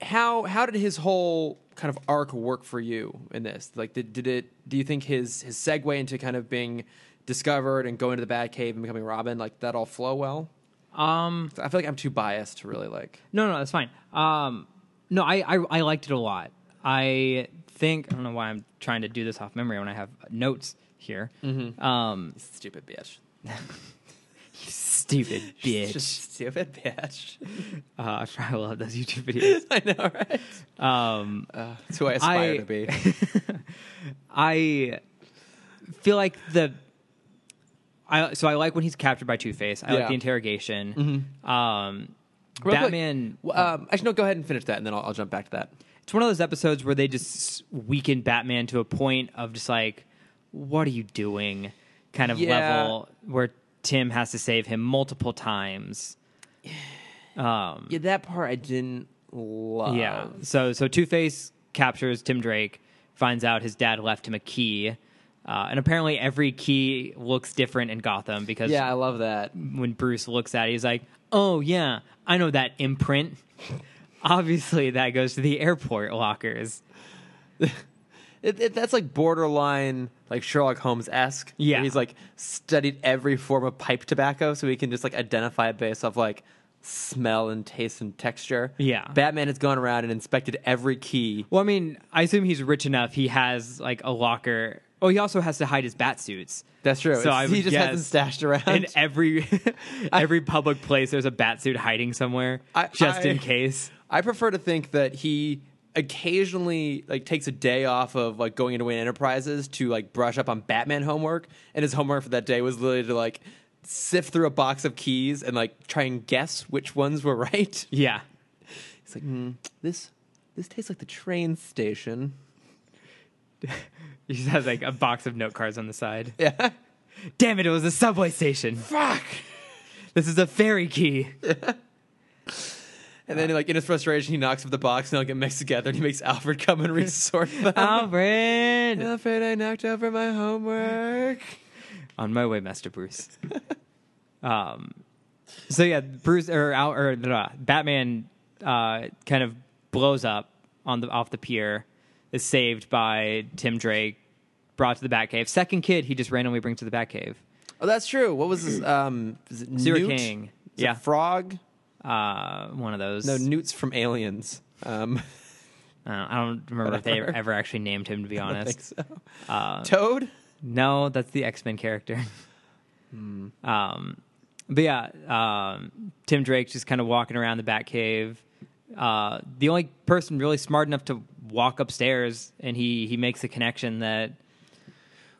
S1: how how did his whole kind of arc work for you in this? Like, did, did it? Do you think his his segue into kind of being discovered and going to the Batcave and becoming Robin like that all flow well?
S2: Um,
S1: I feel like I'm too biased to really like.
S2: no, no, that's fine. Um, no, I, I I liked it a lot. I think I don't know why I'm trying to do this off memory when I have notes here. Um,
S1: Stupid bitch.
S2: stupid bitch.
S1: Just stupid bitch.
S2: uh, I probably love those YouTube videos.
S1: I know, right?
S2: Um,
S1: That's who I aspire
S2: I-
S1: to be.
S2: I feel like the I so I like when he's captured by Two Face. I
S1: Yeah.
S2: like the interrogation. Um,
S1: Real quick,
S2: Batman.
S1: w- um, actually, no. Go ahead and finish that, and then I'll, I'll jump back to that.
S2: It's one of those episodes where they just weaken Batman to a point of just like, what are you doing? Kind of
S1: Yeah.
S2: level where Tim has to save him multiple times. Um,
S1: Yeah, that part I didn't love.
S2: Yeah. So so Two Face captures Tim Drake, finds out his dad left him a key, uh, and apparently every key looks different in Gotham because
S1: yeah, I love that.
S2: when Bruce looks at it, he's like, "Oh yeah, I know that imprint." Obviously, that goes to the airport lockers.
S1: It, it, that's like borderline like Sherlock Holmes esque.
S2: Yeah.
S1: he's like studied every form of pipe tobacco, so he can just like identify it based off like smell and taste and texture.
S2: Yeah.
S1: Batman has gone around and inspected every key.
S2: Well, I mean, I assume he's rich enough. He has like a locker. Oh, he also has to hide his bat suits.
S1: That's true.
S2: So I
S1: he
S2: would
S1: just has them
S2: guess-
S1: stashed around.
S2: in every every public place, there's a bat suit hiding somewhere,
S1: I-
S2: just
S1: I-
S2: in case.
S1: I prefer to think that he occasionally like takes a day off of like going into Wayne Enterprises to like brush up on Batman homework, and his homework for that day was literally to like sift through a box of keys and like try and guess which ones were right.
S2: Yeah.
S1: He's like, mm, this this tastes like the train station.
S2: He just has like a box of note cards on the side.
S1: Yeah.
S2: Damn it, it was a subway station.
S1: Fuck.
S2: This is a ferry key.
S1: And then, like in his frustration, he knocks up the box and like it mixed together, and he makes Alfred come and resort them.
S2: Um, Alfred!
S1: Alfred, I knocked over my homework.
S2: On my way, Master Bruce. um, so yeah, Bruce or, Al, or blah, Batman uh, kind of blows up on the off the pier, is saved by Tim Drake, brought to the Batcave. Second kid he just randomly brings to the Batcave.
S1: Oh, that's true. What was his um? Is it
S2: Sewer
S1: Newt?
S2: King.
S1: Is
S2: Yeah.
S1: it frog.
S2: Uh, one of those.
S1: No, Newt's from Aliens. Um,
S2: I don't- Uh, I don't remember if they
S1: Whatever.
S2: ever actually named him. To be
S1: I
S2: honest,
S1: think so.
S2: uh,
S1: Toad.
S2: No, that's the X Men character. Um, but yeah, um, Tim Drake just kind of walking around the Batcave. Uh, the only person really smart enough to walk upstairs, and he he makes a connection that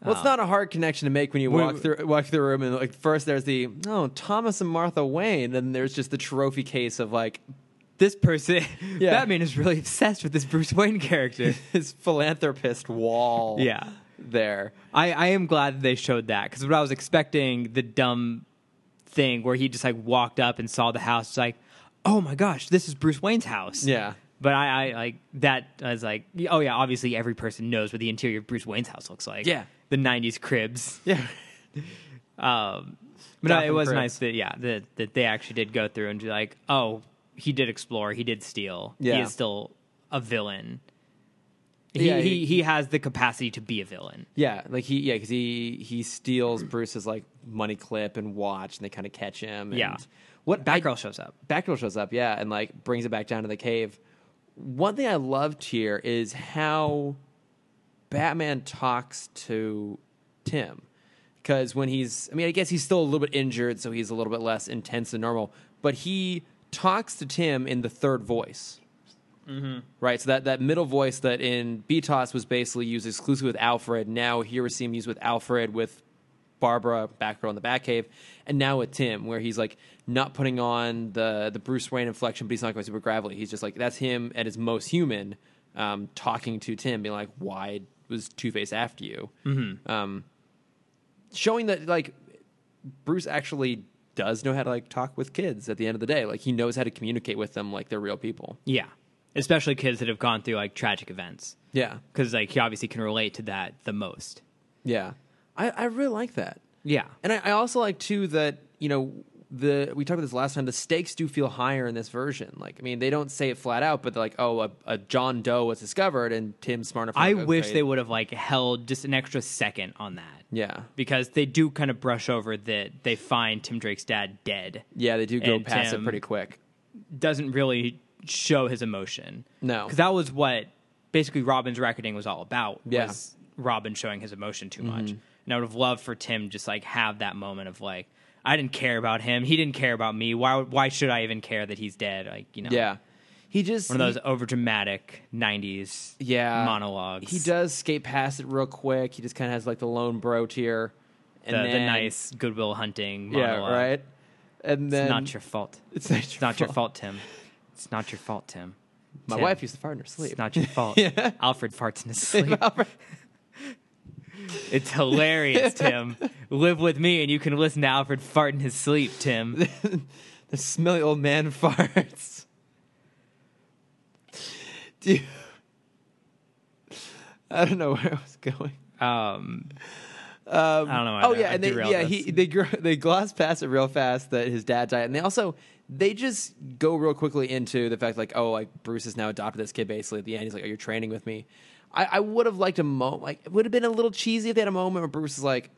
S1: Well,
S2: uh,
S1: it's not a hard connection to make when you
S2: Wait,
S1: walk
S2: wait.
S1: through walk through a room and like first there's the oh Thomas and Martha Wayne, and there's just the trophy case of like
S2: this person,
S1: Yeah.
S2: Batman, is really obsessed with this Bruce Wayne character.
S1: his philanthropist wall.
S2: Yeah.
S1: there.
S2: I, I am glad that they showed that because what I was expecting the dumb thing where he just like walked up and saw the house, it's like, oh my gosh, this is Bruce Wayne's house.
S1: Yeah.
S2: But I, I like that as like oh yeah, obviously every person knows what the interior of Bruce Wayne's house looks like.
S1: Yeah.
S2: the '90s cribs.
S1: Yeah.
S2: Um, but no,
S1: Gotham
S2: it was
S1: cribs.
S2: nice that yeah that that they actually did go through and be like oh he did explore, he did steal, he
S1: Yeah.
S2: is still a villain. He,
S1: Yeah,
S2: he
S1: he-
S2: he has the capacity to be a villain.
S1: Yeah, like he yeah, cuz he he steals Bruce's like money clip and watch and they kind of catch him and
S2: Yeah.
S1: what I-
S2: Batgirl shows up.
S1: Batgirl shows up, yeah, and like brings it back down to the cave. One thing I loved here is how Batman talks to Tim. Because when he's, I mean, I guess he's still a little bit injured, so he's a little bit less intense than normal, but he talks to Tim in the third voice. Right, so that, that middle voice that in BTOS was basically used exclusively with Alfred, now here we're seeing used with Alfred, with Barbara, Batgirl in the Batcave, and now with Tim, where he's like not putting on the the Bruce Wayne inflection, but he's not going super gravelly. He's just like that's him at his most human, um, talking to Tim, being like, "Why was Two Face after you?" Mm-hmm. Um, showing that like Bruce actually does know how to like talk with kids at the end of the day. Like he knows how to communicate with them like they're real people.
S2: Yeah, especially kids that have gone through like tragic events,
S1: Yeah,
S2: because like he obviously can relate to that the most.
S1: yeah. I I really like that.
S2: Yeah,
S1: And I, I also like too that you know the we talked about this last time. The stakes do feel higher in this version. Like, I mean, they don't say it flat out, but they're like, oh, a, a John Doe was discovered, and Tim's smart enough. to
S2: I
S1: go
S2: wish
S1: trade.
S2: they would have like held just an extra second on that
S1: Yeah,
S2: because they do kind of brush over that they find Tim Drake's dad dead.
S1: yeah, they do go
S2: And
S1: past it
S2: Tim-
S1: pretty quick.
S2: Doesn't really show his emotion.
S1: No.
S2: because that was what basically Robin's racketing was all about.
S1: Yeah. Mm-hmm.
S2: was Robin showing his emotion too much. And I would have loved for Tim just like have that moment of like, I didn't care about him. He didn't care about me. Why? Why should I even care that he's dead? Like you know,
S1: Yeah, he just
S2: one of those
S1: he-
S2: over dramatic '90s
S1: yeah
S2: monologues.
S1: He does skate past it real quick. He just kind of has like the lone bro tier, and
S2: the, the
S1: then,
S2: nice Goodwill Hunting
S1: yeah,
S2: monologue.
S1: right. And then
S2: It's not your fault.
S1: It's not your
S2: It's not your fault, Tim. It's not your fault, Tim.
S1: My
S2: Tim,
S1: wife used to fart in her sleep.
S2: It's not your fault.
S1: Yeah.
S2: Alfred farts in his sleep. it's hilarious, Tim. Live with me, and you can listen to Alfred fart in his sleep, Tim.
S1: the smelly old man farts. Dude. I don't know where I was going.
S2: Um,
S1: Um,
S2: I don't know. I-
S1: Oh yeah,
S2: I
S1: and they
S2: derailed
S1: yeah
S2: us.
S1: he they gr- they gloss past it real fast that his dad died, and they also they just go real quickly into the fact like oh like Bruce has now adopted this kid basically at the end. He's like oh you're training with me. I, I would have liked a moment like it would have been a little cheesy if they had a moment where Bruce is like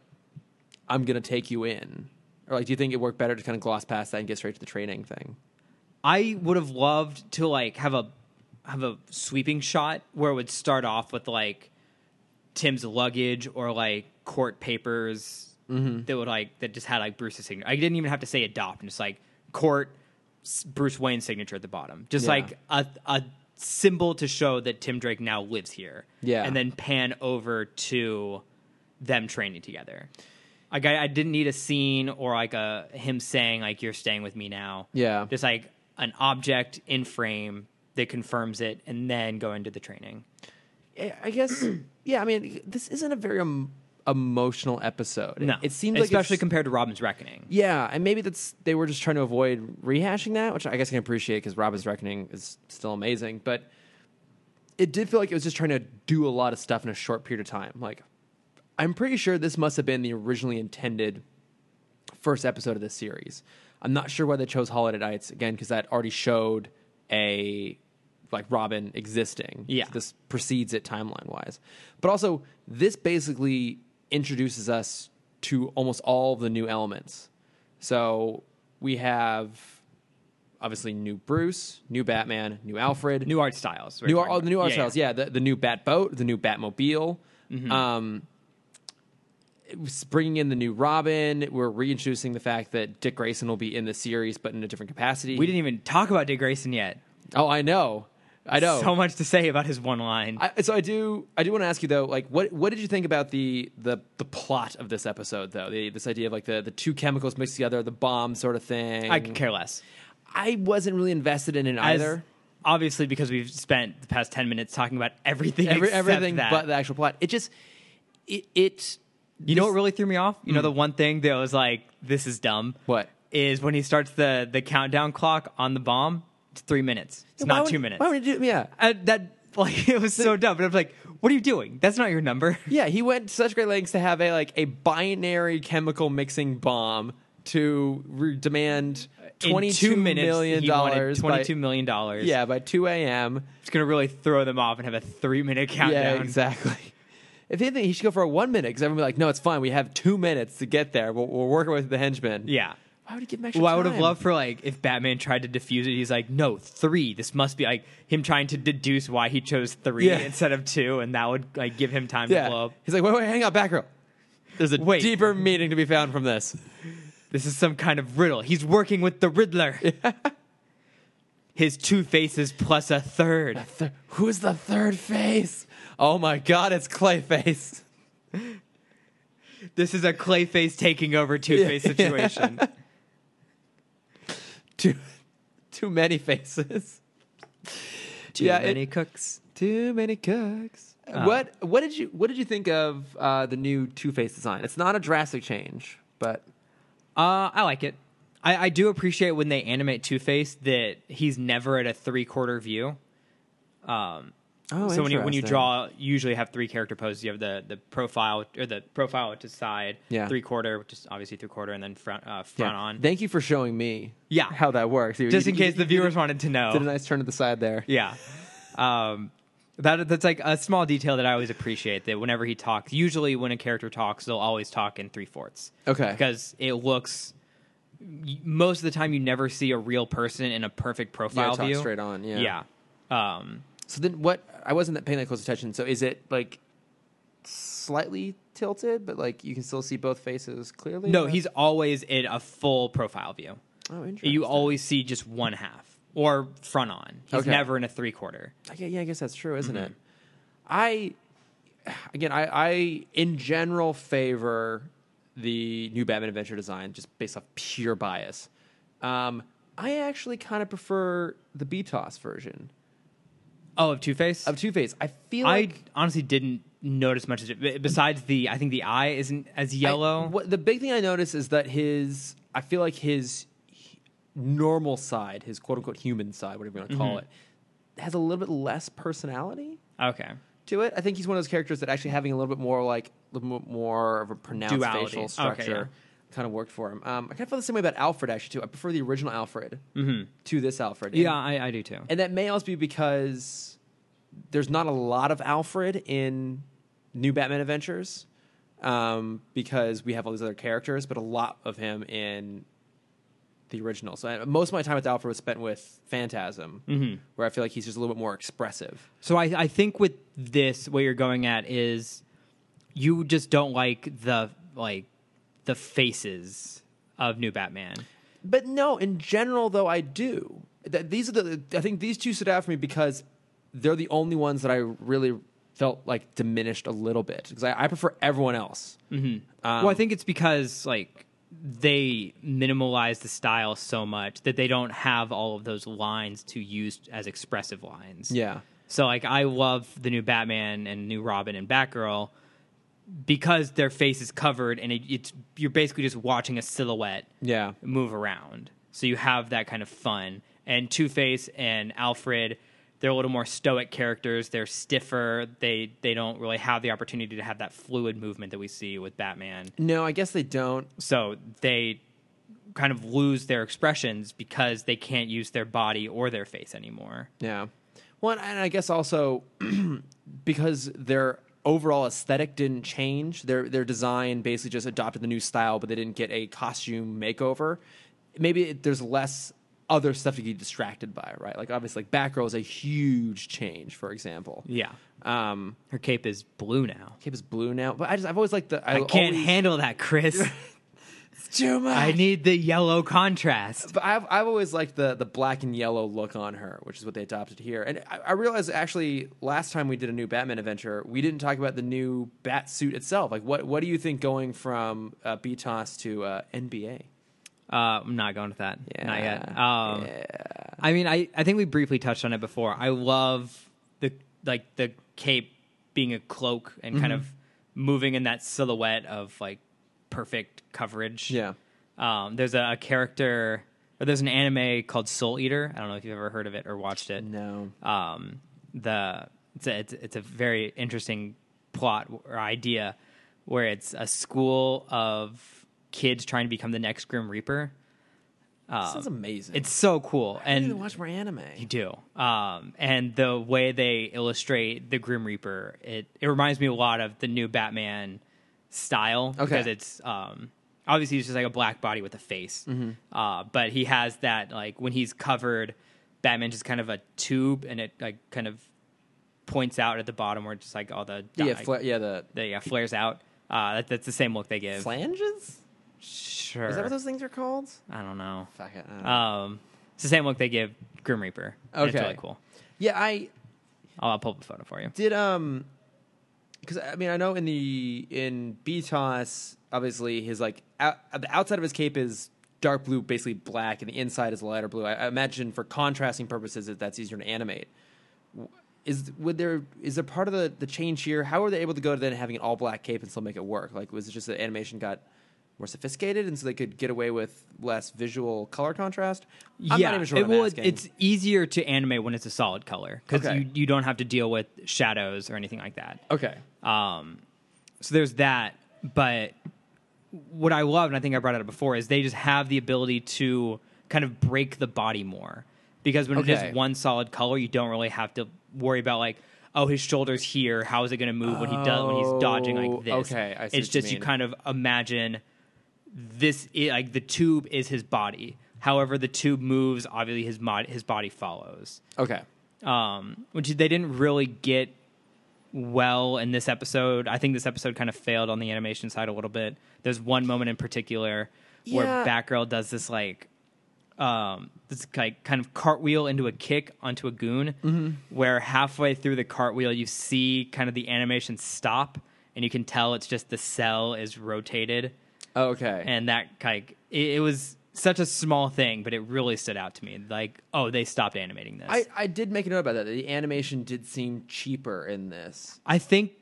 S1: I'm gonna take you in, or like do you think it worked better to kind of gloss past that and get straight to the training thing?
S2: I would have loved to like have a have a sweeping shot where it would start off with like Tim's luggage or like court papers
S1: Mm-hmm.
S2: that would like that just had like Bruce's signature. I didn't even have to say adopt, and just like court s- Bruce Wayne's signature at the bottom, just
S1: Yeah.
S2: like a a symbol to show that Tim Drake now lives here.
S1: Yeah.
S2: and then pan over to them training together. Like I, I didn't need a scene or like a him saying like you're staying with me now.
S1: Yeah.
S2: just like an object in frame that confirms it, and then go into the training.
S1: I eh, I guess yeah. I mean this isn't a very em- emotional episode.
S2: No,
S1: it seems like
S2: especially
S1: it's-
S2: compared to Robin's Reckoning.
S1: Yeah, and maybe that's they were just trying to avoid rehashing that, which I guess I can appreciate because Robin's Reckoning is still amazing, but it did feel like it was just trying to do a lot of stuff in a short period of time. Like, I'm pretty sure this must have been the originally intended first episode of this series. I'm not sure why they chose Holiday Nights again because that already showed a like Robin existing.
S2: Yeah.
S1: So this precedes it timeline wise, but also this basically introduces us to almost all of the new elements. So we have obviously new Bruce, new Batman, new Alfred,
S2: New art styles. we're
S1: new
S2: talking
S1: oh, the new
S2: about.
S1: art styles. Yeah, the, the new Bat boat, the new Batmobile.
S2: Mm-hmm.
S1: Um, it was bringing in the new Robin. We're reintroducing the fact that Dick Grayson will be in the series, but in a different capacity.
S2: We didn't even talk about Dick Grayson yet.
S1: Oh, I know, I know.
S2: So much to say about his one line.
S1: I, so I do. I do want to ask you though. Like, what what did you think about the the the plot of this episode though? The, this idea of like the the two chemicals mixed together, the bomb sort of thing.
S2: I could care less.
S1: I wasn't really invested in it
S2: As-
S1: either.
S2: obviously, because we've spent the past ten minutes talking about everything,
S1: Every,
S2: except
S1: everything
S2: that.
S1: but the actual plot. It just it. it
S2: You know what really threw me off? You know the one thing that was like, "This is dumb."
S1: Hmm. What?
S2: is when he starts the the countdown clock on the bomb? It's three minutes. It's
S1: Why
S2: not
S1: would-
S2: two minutes.
S1: Why would you do? Yeah,
S2: I- that like it was so dumb. But I was like, "What are you doing? That's not your number."
S1: yeah. He went to such great lengths to have a like a binary chemical mixing bomb to re- demand
S2: In
S1: twenty two
S2: two minutes,
S1: million
S2: he wanted
S1: dollars. by-
S2: Twenty-two million dollars.
S1: Yeah, by two a.m.
S2: it's gonna really throw them off and have a three-minute countdown.
S1: Yeah, exactly. If anything, he should go for a one minute because everyone would be like, no, it's fine. We have two minutes to get there. We'll, we'll work with the henchmen.
S2: Yeah.
S1: Why would he give him extra
S2: Well, I would have
S1: time?
S2: loved for like if Batman tried to defuse it. He's like, "No, three. This must be like him trying to deduce why he chose three
S1: Yeah.
S2: instead of two, and that would like give him time to blow
S1: Yeah.
S2: up."
S1: He's like, wait, wait, hang on, Batgirl. There's a
S2: Wait.
S1: deeper meaning to be found from this.
S2: This is some kind of riddle. He's working with the Riddler. His two faces plus a third.
S1: Thir- who's the third face? Oh my God, it's Clayface.
S2: This is a Clayface taking over Two Face
S1: Yeah.
S2: situation.
S1: Too, too many faces.
S2: Too
S1: Yeah,
S2: many
S1: it-
S2: cooks.
S1: Too many cooks.
S2: Uh,
S1: what what did you what did you think of uh, the new Two Face design? It's not a drastic change, but
S2: Uh, I like it. I, I do appreciate when they animate Two Face that he's never at a three quarter view. Um,
S1: Oh,
S2: so when you when you
S1: interesting.
S2: draw, you usually have three character poses. You have the the profile or the profile which is side,
S1: Yeah.
S2: three quarter, which is obviously three quarter, and then front uh, front on.
S1: Thank you for showing me.
S2: Yeah.
S1: how that works. You-
S2: Just
S1: you-
S2: in case
S1: you
S2: the viewers wanted to know.
S1: Did a nice turn to the side there.
S2: Yeah. Um, that that's like a small detail that I always appreciate. That whenever he talks, usually when a character talks, they'll always talk in three fourths.
S1: Okay.
S2: Because it looks y- most of the time you never see a real person in a perfect profile
S1: talk
S2: view
S1: straight on, yeah.
S2: Yeah. Um,
S1: So then, what? I wasn't that paying that close attention. So is it like slightly tilted, but like you can still see both faces clearly?
S2: no,
S1: Or-
S2: he's always in a full profile view.
S1: Oh, interesting.
S2: You always see just one half or front on. He's
S1: Okay.
S2: never in a three quarter.
S1: I gue- yeah, I guess that's true,
S2: Mm-hmm.
S1: isn't it? I again, I, I in general favor the new Batman Adventure design just based off pure bias. Um, I actually kind of prefer the BTOS version
S2: Oh, of Two Face.
S1: of Two Face. I feel
S2: I
S1: like
S2: honestly didn't notice much of it b- besides the. I think the eye isn't as
S1: I-
S2: yellow.
S1: what, the big thing I notice is that his, I feel like his h- normal side, his quote unquote human side, whatever you want to
S2: Mm-hmm.
S1: call it, has a little bit less personality
S2: Okay.
S1: to it. I think he's one of those characters that actually having a little bit more like a little bit more of a pronounced
S2: Duality.
S1: facial
S2: Okay,
S1: structure kind of worked for him. Um, I kind of feel the same way about Alfred actually too. I prefer the original Alfred to this Alfred. And-
S2: Mm-hmm. Yeah, I, I do too.
S1: and that may also be because there's not a lot of Alfred in New Batman Adventures um, because we have all these other characters, but a lot of him in the original. So I, most of my time with Alfred was spent with Phantasm,
S2: Mm-hmm.
S1: where I feel like he's just a little bit more expressive.
S2: So I, I think with this, what you're going at is you just don't like the like the faces of new Batman.
S1: But no, in general, though, I do. Th- These are the. I think these two stood out for me because they're the only ones that I really felt like diminished a little bit because I, I prefer everyone else.
S2: well, I think it's because like they minimalize the style so much that they don't have all of those lines to use as expressive lines.
S1: Yeah.
S2: So like I love the new Batman and new Robin and Batgirl because their face is covered and it, it's you're basically just watching a silhouette
S1: Yeah.
S2: move around. So you have that kind of fun. And Two Face and Alfred, they're a little more stoic characters. They're stiffer. They they don't really have the opportunity to have that fluid movement that we see with Batman.
S1: No, I guess they don't.
S2: So they kind of lose their expressions because they can't use their body or their face anymore.
S1: Yeah. Well, and- and I guess also because their overall aesthetic didn't change, their their design basically just adopted the new style, but they didn't get a costume makeover. Maybe it, there's less other stuff to get distracted by, right? Like obviously, like Batgirl is a huge change, for example.
S2: Yeah.
S1: Um,
S2: Her cape is blue now.
S1: Cape is blue now, but I just I've always liked the
S2: I can't
S1: always,
S2: handle that, Chris.
S1: too much.
S2: I need the yellow contrast.
S1: But I've I've always liked the the black and yellow look on her, which is what they adopted here. And I, I realized actually last time we did a new Batman adventure, we didn't talk about the new bat suit itself. Like what what do you think going from uh, BTOS to uh, NBA?
S2: Uh, I'm not going with that. Not yet.
S1: Yeah.
S2: Um, I mean, I, I think we briefly touched on it before. I love the like the cape being a cloak and kind
S1: Mm-hmm.
S2: of moving in that silhouette of like perfect coverage.
S1: Yeah.
S2: Um, there's a, a character or there's an anime called Soul Eater. I don't know if you've ever heard of it or watched it.
S1: No.
S2: Um, the it's a, it's, it's a very interesting plot or idea where it's a school of kids trying to become the next Grim Reaper.
S1: this sounds amazing.
S2: Uh, It's so cool.
S1: I need to
S2: And
S1: watch more anime.
S2: you do. Um, and the way they illustrate the Grim Reaper, it, it reminds me a lot of the new Batman style
S1: Okay.
S2: because it's um, obviously he's just like a black body with a face,
S1: Mm-hmm.
S2: uh, but he has that like when he's covered, Batman just kind of a tube and it like kind of points out at the bottom where just like all the
S1: yeah,
S2: dye-
S1: fla- yeah, the
S2: the yeah, flares out. Uh, that, that's the same look they give.
S1: flanges.
S2: Sure,
S1: Is that what those things are called?
S2: I don't know.
S1: Fuck it. I don't know.
S2: Um, it's the same look they give Grim Reaper. and it's
S1: Okay.
S2: really cool.
S1: yeah, I
S2: I'll, I'll pull up a photo for you.
S1: Did um, because I mean I know in the in BTOS obviously his like out, the outside of his cape is dark blue, basically black, and the inside is lighter blue. I, I imagine for contrasting purposes that that's easier to animate. W- Is would there is there part of the the change here? How were they able to go to then having an all black cape and still make it work? Like was it just the animation got more sophisticated, and so they could get away with less visual color contrast. I'm
S2: yeah,
S1: not even sure
S2: it-
S1: what I'm
S2: well,
S1: asking.
S2: it's easier to animate when it's a solid color because
S1: Okay.
S2: you, you don't have to deal with shadows or anything like that.
S1: okay.
S2: Um, so there's that. But what I love, and I think I brought it up before, is they just have the ability to kind of break the body more. Because when it
S1: Okay.
S2: is one solid color, you don't really have to worry about like, oh, his shoulder's here. How is it going to move when he does when he's dodging
S1: Oh,
S2: like this?
S1: okay, I see
S2: it's
S1: what you
S2: just
S1: mean.
S2: kind of imagine this i like the tube is his body. However, the tube moves. Obviously, his mod, his body follows
S1: Okay.
S2: um, which they didn't really get well in this episode. I think this episode kind of failed on the animation side a little bit. There's one moment in particular where
S1: Yeah.
S2: Batgirl does this like um, this like kind of cartwheel into a kick onto a goon,
S1: Mm-hmm.
S2: where halfway through the cartwheel you see kind of the animation stop, and you can tell it's just the cell is rotated,
S1: Okay.
S2: and that like it, it was such a small thing, but it really stood out to me. Like, oh, they stopped animating this.
S1: I, I did make a note about that. The animation did seem cheaper in this.
S2: I think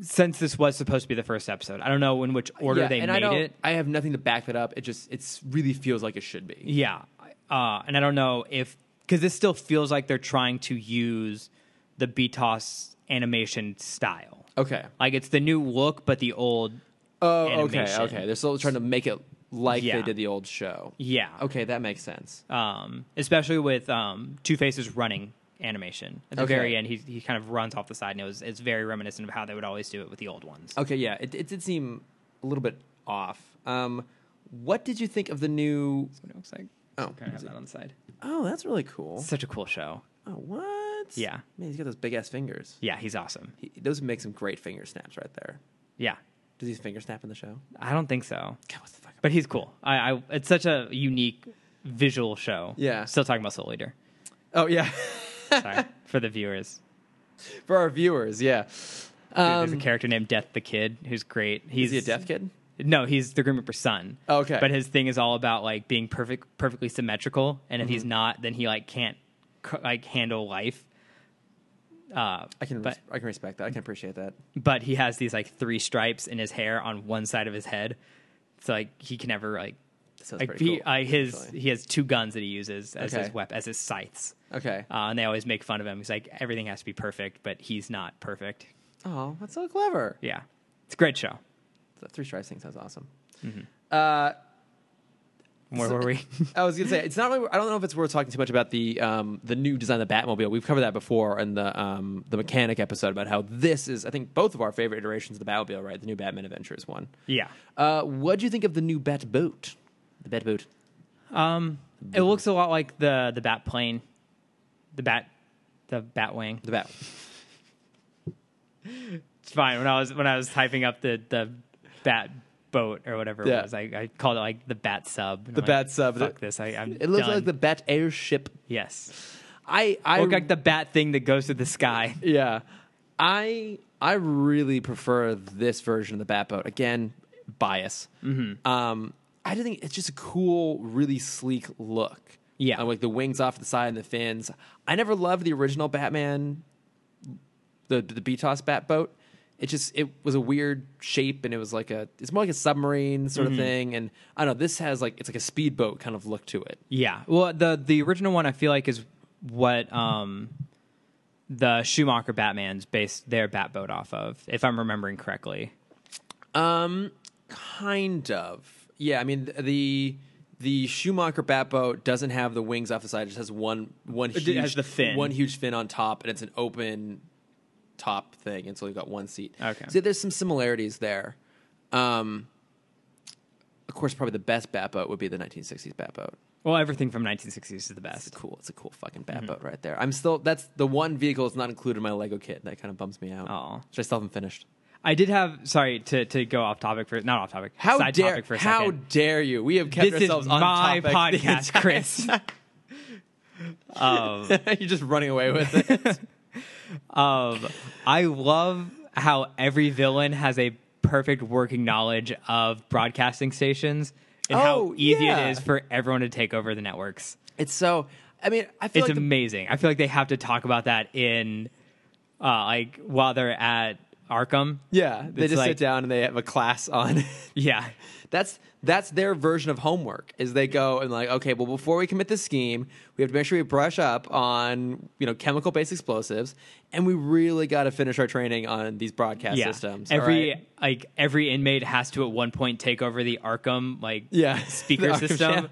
S2: since this was supposed to be the first episode, I don't know in which order
S1: Yeah,
S2: they
S1: and
S2: made
S1: I don't-
S2: it.
S1: I have nothing to back that up. It just it's really feels like it should be.
S2: Yeah, uh, and I don't know if because this still feels like they're trying to use the BTOS animation style.
S1: Okay.
S2: Like it's the new look, but the old.
S1: Oh,
S2: Animation.
S1: okay, okay. They're still trying to make it like
S2: Yeah.
S1: they did the old show.
S2: Yeah.
S1: Okay, that makes sense.
S2: Um, especially with um, Two Face's running animation at the
S1: Okay.
S2: very end, he he kind of runs off the side, and it was it's very reminiscent of how they would always do it with the old ones.
S1: Okay, yeah, it, it did seem a little bit off. Um, what did you think of the new?
S2: What it looks like.
S1: Oh,
S2: Kinda have that on the side.
S1: oh, that's really cool.
S2: Such a cool show.
S1: Oh, what?
S2: Yeah.
S1: man, he's got those big ass fingers.
S2: Yeah, he's awesome.
S1: He, those make some great finger snaps right there.
S2: Yeah,
S1: Does he finger snap in the show?
S2: I don't think so.
S1: God, what's the fuck?
S2: But he's cool. I, I it's such a unique visual show.
S1: Yeah.
S2: Still talking about Soul Eater.
S1: Oh yeah,
S2: Sorry for the viewers.
S1: for our viewers, yeah.
S2: Dude,
S1: Um,
S2: There's a character named Death the Kid who's great. He's
S1: is he a deaf kid?
S2: No, he's the Grim Reaper's son.
S1: Oh, okay.
S2: But his thing is all about like being perfect, perfectly symmetrical, and if he's
S1: Mm-hmm.
S2: not, then he like can't c- like handle life. Uh,
S1: I can
S2: But-
S1: res- I can respect that. I can appreciate that.
S2: but he has these like three stripes in his hair on one side of his head, so like he can never like
S1: Sounds
S2: like
S1: pretty
S2: he,
S1: cool,
S2: uh, his
S1: actually.
S2: he has two guns that he uses as his
S1: Okay.
S2: wep as his scythes.
S1: Okay.
S2: Uh, and they always make fun of him. He's like, everything has to be perfect, but he's not perfect.
S1: Oh, that's so clever.
S2: Yeah. It's a great show.
S1: The three stripes thing sounds awesome.
S2: Mm-hmm.
S1: Uh,
S2: Where were we?
S1: I was gonna say it's not. Really, I don't know if it's worth talking too much about the um, the new design of the Batmobile. We've covered that before in the um, the mechanic episode about how this is. I think both of our favorite iterations of the Batmobile, right? The new Batman Adventures one.
S2: yeah.
S1: Uh, what do you think of the new Bat Boat? The Bat Boat.
S2: Um, it looks a lot like the, the bat plane, the bat, the bat wing.
S1: The Bat.
S2: It's fine. When I was, when I was typing up the, the bat boat or whatever
S1: Yeah.
S2: it was, I, I called it like the bat sub. And
S1: The
S2: I'm
S1: bat
S2: like,
S1: sub.
S2: Fuck this. I, I'm
S1: It looks
S2: done.
S1: like the Bat airship.
S2: yes.
S1: I I
S2: It looked like the bat thing that goes to the sky.
S1: Yeah. I I really prefer this version of the Batboat. Again, bias. Um, I do think it's just a cool, really sleek look.
S2: Yeah.
S1: Uh, like the wings off the side and the fins. I never loved the original Batman, the the BTOS Batboat. It just it was a weird shape and it was like a it's more like a submarine sort of thing. And I don't know, this has like it's like a speedboat kind of look to it.
S2: Yeah. Well, the the original one I feel like is what um the Schumacher Batman's based their Batboat off of, if I'm remembering correctly.
S1: Um, kind of. Yeah, I mean th- the the Schumacher Batboat doesn't have the wings off the side; it just has one one
S2: It
S1: huge,
S2: did- has the fin.
S1: one huge fin on top, and it's an open top thing, and so you've got one seat.
S2: Okay.
S1: So there's some similarities there. Um, of course, probably the best Batboat would be the 1960s Batboat.
S2: Well, everything from 1960s is the
S1: It's
S2: best.
S1: cool. It's a cool fucking
S2: Mm-hmm.
S1: Batboat right there. I'm still that's the one vehicle that's not included in my Lego kit. That kind of bums me out.
S2: Aw.
S1: Which I still haven't finished.
S2: I did have sorry to to go off topic for not off topic.
S1: How
S2: side
S1: dare
S2: topic for a
S1: how
S2: second.
S1: dare you? We have kept
S2: This is
S1: ourselves on
S2: my
S1: topic the
S2: podcast,
S1: entire
S2: Chris. um,
S1: time. You're just running away with it.
S2: um, I love how every villain has a perfect working knowledge of broadcasting stations and
S1: Oh,
S2: how easy
S1: yeah.
S2: it is for everyone to take over the networks.
S1: it's so. I mean, I feel
S2: it's
S1: like the-
S2: amazing. I feel like they have to talk about that in uh, like while they're at Arkham.
S1: Yeah, they
S2: It's
S1: just
S2: like-
S1: sit down and they have a class on.
S2: Yeah.
S1: that's that's their version of homework. Is they go and like, okay, well, before we commit this scheme, we have to make sure we brush up on you know chemical based explosives, and we really got to finish our training on these broadcast
S2: Yeah.
S1: systems. all
S2: Every
S1: right?
S2: like every inmate has to at one point take over the Arkham like
S1: yeah
S2: speaker
S1: The Arkham
S2: system.
S1: Sham-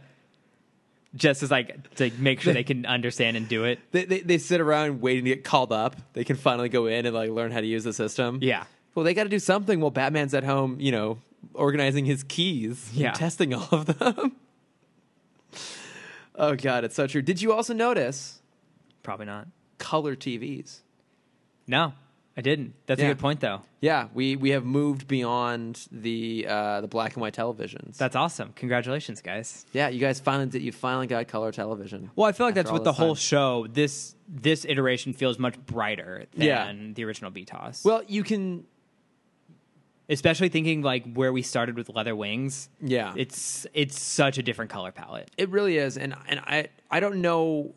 S2: Just as like to make sure they can understand and do it.
S1: They, they they sit around waiting to get called up. They can finally go in and like learn how to use the system.
S2: Yeah.
S1: Well, they got to do something while Batman's at home, you know, organizing his keys, and
S2: Yeah.
S1: testing all of them. oh god, it's so true. Did you also notice
S2: Probably not.
S1: color TVs?
S2: No, I didn't. That's
S1: Yeah.
S2: a good point though.
S1: Yeah, we we have moved beyond the uh, the black and white televisions.
S2: That's awesome. Congratulations, guys.
S1: yeah, you guys finally did. You finally got color television.
S2: Well, I feel like
S1: After
S2: that's
S1: all
S2: what the
S1: this
S2: whole
S1: time.
S2: show this this iteration feels much brighter than
S1: Yeah.
S2: the original BTOS.
S1: Well, you can.
S2: especially thinking like where we started with leather wings.
S1: Yeah,
S2: It's it's such a different color palette.
S1: It really is, and and I I don't know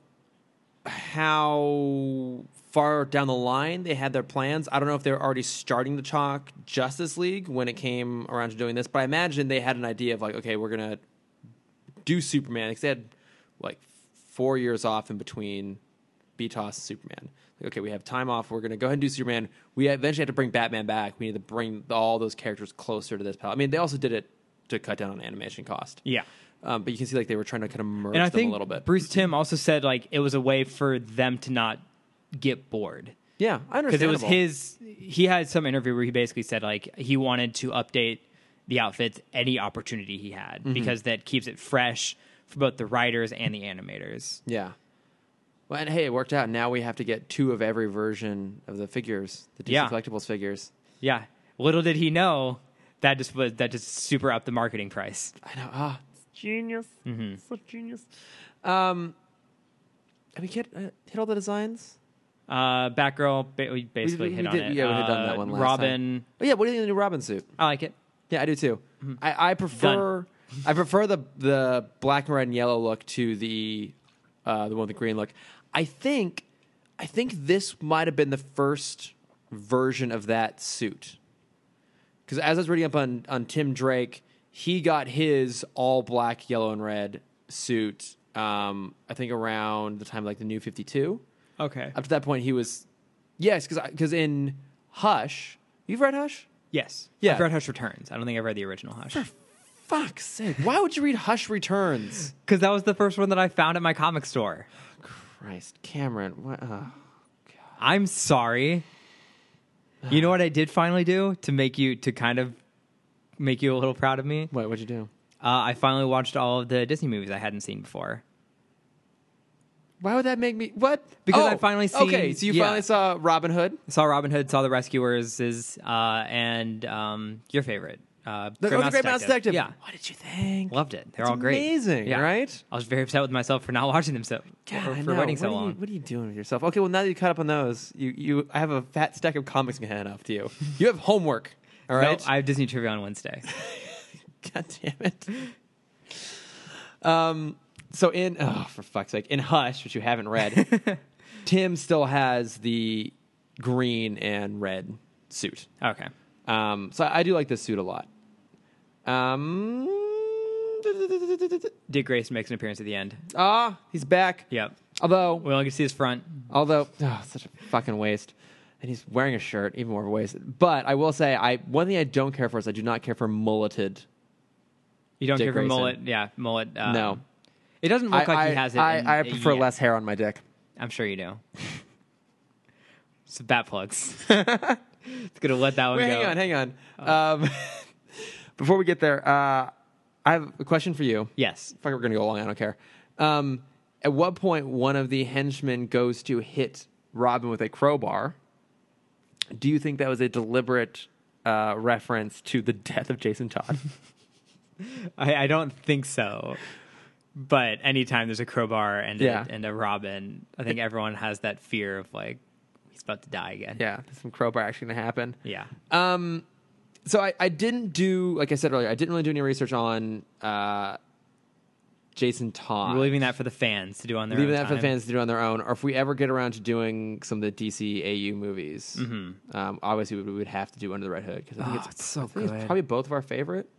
S1: how far down the line they had their plans. I don't know if they were already starting to talk Justice League when it came around to doing this, but I imagine they had an idea of like, okay, we're gonna do Superman because they had like four years off in between BTOS and Superman. Like, okay, we have time off. We're gonna go ahead and do Superman. We eventually have to bring Batman back. We need to bring all those characters closer to this palette. I mean, they also did it to cut down on animation cost.
S2: Yeah.
S1: Um, but you can see like they were trying to kind of merge
S2: And I
S1: them
S2: think
S1: a little bit.
S2: Bruce Tim also said like it was a way for them to not get bored.
S1: yeah, I
S2: Because
S1: understand.
S2: it was his he had some interview where he basically said like he wanted to update the outfits any opportunity he had because that keeps it fresh for both the writers and the animators.
S1: Yeah. Well, and hey, it worked out. Now we have to get two of every version of the figures, the DC
S2: Yeah.
S1: collectibles figures.
S2: Yeah. Little did he know that just was that just super up the marketing price.
S1: I know. Ah, genius.
S2: Mm-hmm.
S1: Such genius. Um, have we hit uh, hit all the designs?
S2: Uh, Batgirl, ba- we basically
S1: we
S2: hit on
S1: did-
S2: it.
S1: yeah, we had done
S2: Uh,
S1: that one last
S2: Robin,
S1: Oh, yeah. What do you think of the new Robin suit?
S2: I like it.
S1: Yeah, I do too. I, I prefer I prefer the the black and red and yellow look to the uh, the one with the green look. I think I think this might have been the first version of that suit. Because as I was reading up on on Tim Drake, he got his all black, yellow, and red suit. Um, I think around the time like the New Fifty Two.
S2: Okay.
S1: Up to that point, he was yes, because because in Hush, you've read Hush.
S2: yes.
S1: Yeah.
S2: I've read Hush Returns. I don't think I've read the original Hush.
S1: Fuck's sake. Why would you read Hush Returns?
S2: Because that was the first one that I found at my comic store.
S1: Christ, Cameron. What, uh,
S2: I'm sorry. You know what I did finally do to make you, to kind of make you a little proud of me?
S1: wait, what'd you do?
S2: Uh, I finally watched all of the Disney movies I hadn't seen before.
S1: Why would that make me. What? Oh,
S2: Because I finally seen-
S1: Okay, so you
S2: yeah.
S1: finally saw Robin Hood?
S2: I saw Robin Hood, saw The Rescuers, is, uh, and um, your favorite. Uh,
S1: The, oh, the Great Mouse Detective.
S2: Yeah.
S1: What did you think?
S2: Loved it. They're
S1: It's
S2: all great.
S1: amazing, right?
S2: I was very upset with myself for not watching them so
S1: God,
S2: for,
S1: I
S2: for
S1: know.
S2: waiting
S1: what
S2: so
S1: Are you,
S2: long.
S1: what are you doing with yourself? Okay, well, now that you caught up on those, you, you I have a fat stack of comics I'm going to hand off to you. You have homework, all
S2: No,
S1: right?
S2: I have Disney trivia on Wednesday.
S1: God damn it. Um, so in oh for fuck's sake, in Hush, which you haven't read, Tim still has the green and red suit.
S2: Okay.
S1: Um, so I do like this suit a lot. Um,
S2: Dick Grayson makes an appearance at the end.
S1: ah, he's back.
S2: Yep.
S1: Although
S2: We only get to see his front.
S1: Although, oh, such a fucking waste. And he's wearing a shirt, even more of a waste. But I will say, I one thing I don't care for is I do not care for mulleted.
S2: You don't
S1: Dick
S2: care for
S1: Grayson.
S2: mullet. Yeah, mullet. Um,
S1: no,
S2: It doesn't look like
S1: I,
S2: he has it.
S1: I,
S2: in-
S1: I prefer
S2: yeah.
S1: less hair on my dick.
S2: I'm sure you do. so bat plugs. it's gonna let that one
S1: Wait,
S2: go. Oh.
S1: hang on, hang on. Um, before we get there, uh, I have a question for you.
S2: Yes.
S1: Fuck, we're gonna go long. I don't care. Um, at what point one of the henchmen goes to hit Robin with a crowbar? Do you think that was a deliberate uh, reference to the death of Jason Todd?
S2: I, I don't think so. But anytime there's a crowbar and
S1: Yeah.
S2: a, and a robin, I think everyone has that fear of like he's about to die again.
S1: yeah, some crowbar action gonna happen.
S2: Yeah.
S1: Um, so I, I didn't do, like I said earlier, I didn't really do any research on uh, Jason Todd.
S2: We're leaving that for the fans to do on their
S1: leaving
S2: own
S1: that for the
S2: time.
S1: fans to do on their own, or if we ever get around to doing some of the DCAU movies,
S2: Mm-hmm.
S1: um, obviously we would- we would have to do Under the Red Hood because I think
S2: Oh,
S1: it's,
S2: it's so
S1: I think it's
S2: good.
S1: probably both of our favorite.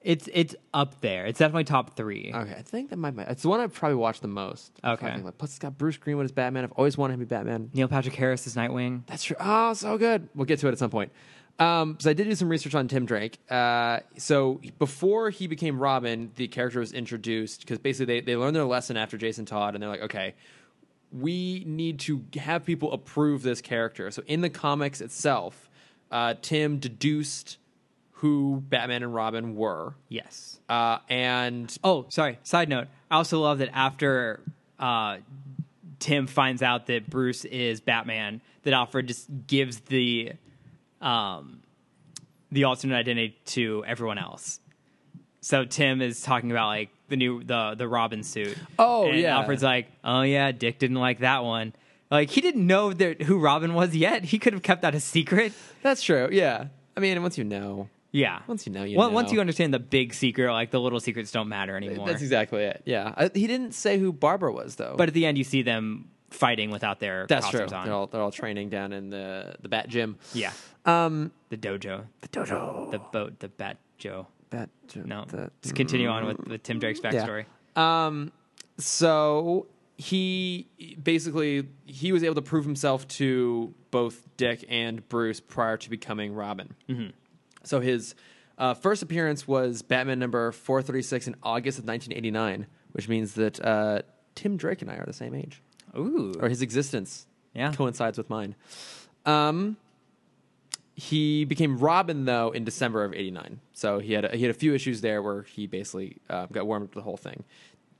S2: It's it's up there. It's definitely top three.
S1: Okay, I think that might be. It's the one I've probably watched the most.
S2: Okay.
S1: I think, like, plus it's got Bruce Greenwood as Batman. I've always wanted him to be Batman.
S2: Neil Patrick Harris is Nightwing.
S1: That's true. Oh, so good. We'll get to it at some point. Um, so I did do some research on Tim Drake. Uh, so before he became Robin, the character was introduced because basically they, they learned their lesson after Jason Todd, and they're like, okay, we need to have people approve this character. So in the comics itself, uh, Tim deduced who Batman and Robin were,
S2: Yes.
S1: uh, and
S2: Oh, sorry. Side note. I also love that after uh, Tim finds out that Bruce is Batman, that Alfred just gives the um, the alternate identity to everyone else. So Tim is talking about like the new the the Robin suit.
S1: Oh,
S2: and
S1: yeah.
S2: Alfred's like, oh yeah, Dick didn't like that one. Like he didn't know that who Robin was yet. He could have kept that a secret.
S1: that's true. Yeah, I mean, once you know,
S2: Yeah.
S1: Once you know, you
S2: Well, Once
S1: know.
S2: you understand the big secret, like the little secrets don't matter anymore.
S1: that's exactly it. Yeah, I, he didn't say who Barbara was though,
S2: But at the end, you see them fighting without their
S1: That's true.
S2: costumes on.
S1: They're all, they're all training down in the, the bat gym.
S2: yeah,
S1: Um,
S2: the dojo,
S1: the dojo.
S2: the boat, the bat joe.
S1: Bat gym.
S2: No,
S1: The,
S2: just continue on with, with Tim Drake's backstory.
S1: Um, so he basically he was able to prove himself to both Dick and Bruce prior to becoming Robin. Mm-hmm. So his uh, first appearance was Batman number four thirty six in August of nineteen eighty nine, which means that uh, Tim Drake and I are the same age.
S2: Ooh,
S1: or his existence
S2: Yeah.
S1: coincides with mine. Um, he became Robin though in December of '89, so he had a, he had a few issues there where he basically uh, got warmed up to the whole thing.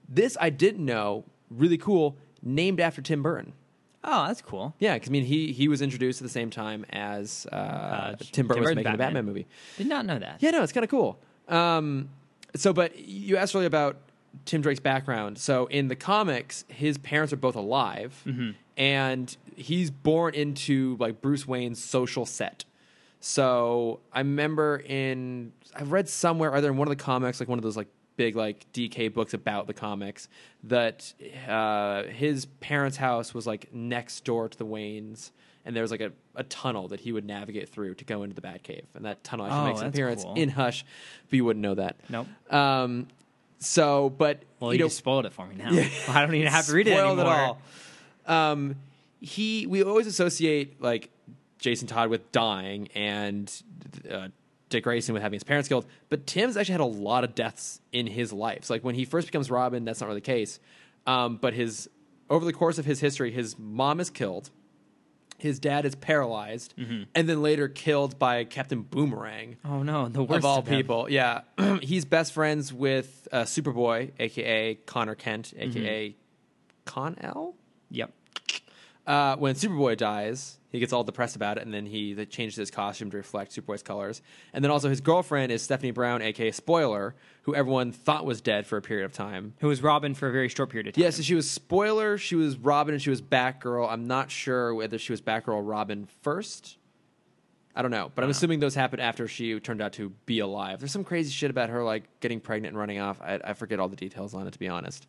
S1: This I didn't know, really cool, named after Tim Burton.
S2: oh, that's cool.
S1: Yeah, because I mean he he was introduced at the same time as uh,
S2: Tim
S1: Tim Burton was
S2: Burton's
S1: making the
S2: Batman.
S1: Batman movie.
S2: Did not know that.
S1: Yeah, no, it's kind of cool. Um, so, but you asked earlier about Tim Drake's background. So, in the comics, his parents are both alive, and he's born into like Bruce Wayne's social set. So, I remember in I've read somewhere either in one of the comics, like one of those like big like DK books about the comics, that uh, his parents' house was like next door to the Waynes. And there was like a, a tunnel that he would navigate through to go into the Batcave. And that tunnel actually
S2: Oh,
S1: makes an
S2: that's
S1: appearance
S2: cool.
S1: in Hush, but you wouldn't know that.
S2: Nope.
S1: Um, so, but
S2: Well, you,
S1: you know,
S2: just spoiled it for me now. I don't even have to read it
S1: spoiled
S2: anymore.
S1: all. Um, he, we always associate like Jason Todd with dying and uh, Dick Grayson with having his parents killed, but Tim's actually had a lot of deaths in his life. So, like when he first becomes Robin, that's not really the case. Um, but his over the course of his history, his mom is killed. His dad is paralyzed,
S2: Mm-hmm.
S1: and then later killed by Captain Boomerang
S2: Oh no, the worst
S1: of all
S2: them.
S1: people. Yeah, he's best friends with uh, Superboy, aka Connor Kent, aka Con L.
S2: Yep.
S1: Uh, when Superboy dies, he gets all depressed about it, and then he they changes his costume to reflect Superboy's colors. And then also his girlfriend is Stephanie Brown, aka Spoiler, who everyone thought was dead for a period of time.
S2: Who was Robin for a very short period of time?
S1: Yeah, so she was Spoiler, she was Robin, and she was Batgirl. I'm not sure whether she was Batgirl or Robin first. I don't know, but
S2: Uh-huh.
S1: I'm assuming those happened after she turned out to be alive. There's some crazy shit about her like getting pregnant and running off. I, I forget all the details on it to be honest.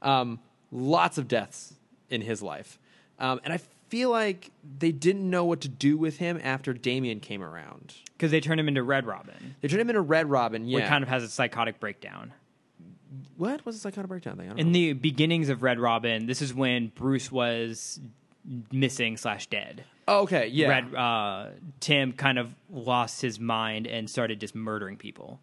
S1: Um, lots of deaths in his life, um, and I feel like they didn't know what to do with him after Damien came around.
S2: Because they turned him into Red Robin,
S1: They turned him into Red Robin. Yeah,
S2: which kind of has a psychotic breakdown.
S1: what was the psychotic breakdown thing? I don't
S2: In
S1: know.
S2: the beginnings of Red Robin, this is when Bruce was missing slash dead.
S1: Oh, okay, yeah,
S2: Red uh, Tim kind of lost his mind and started just murdering people.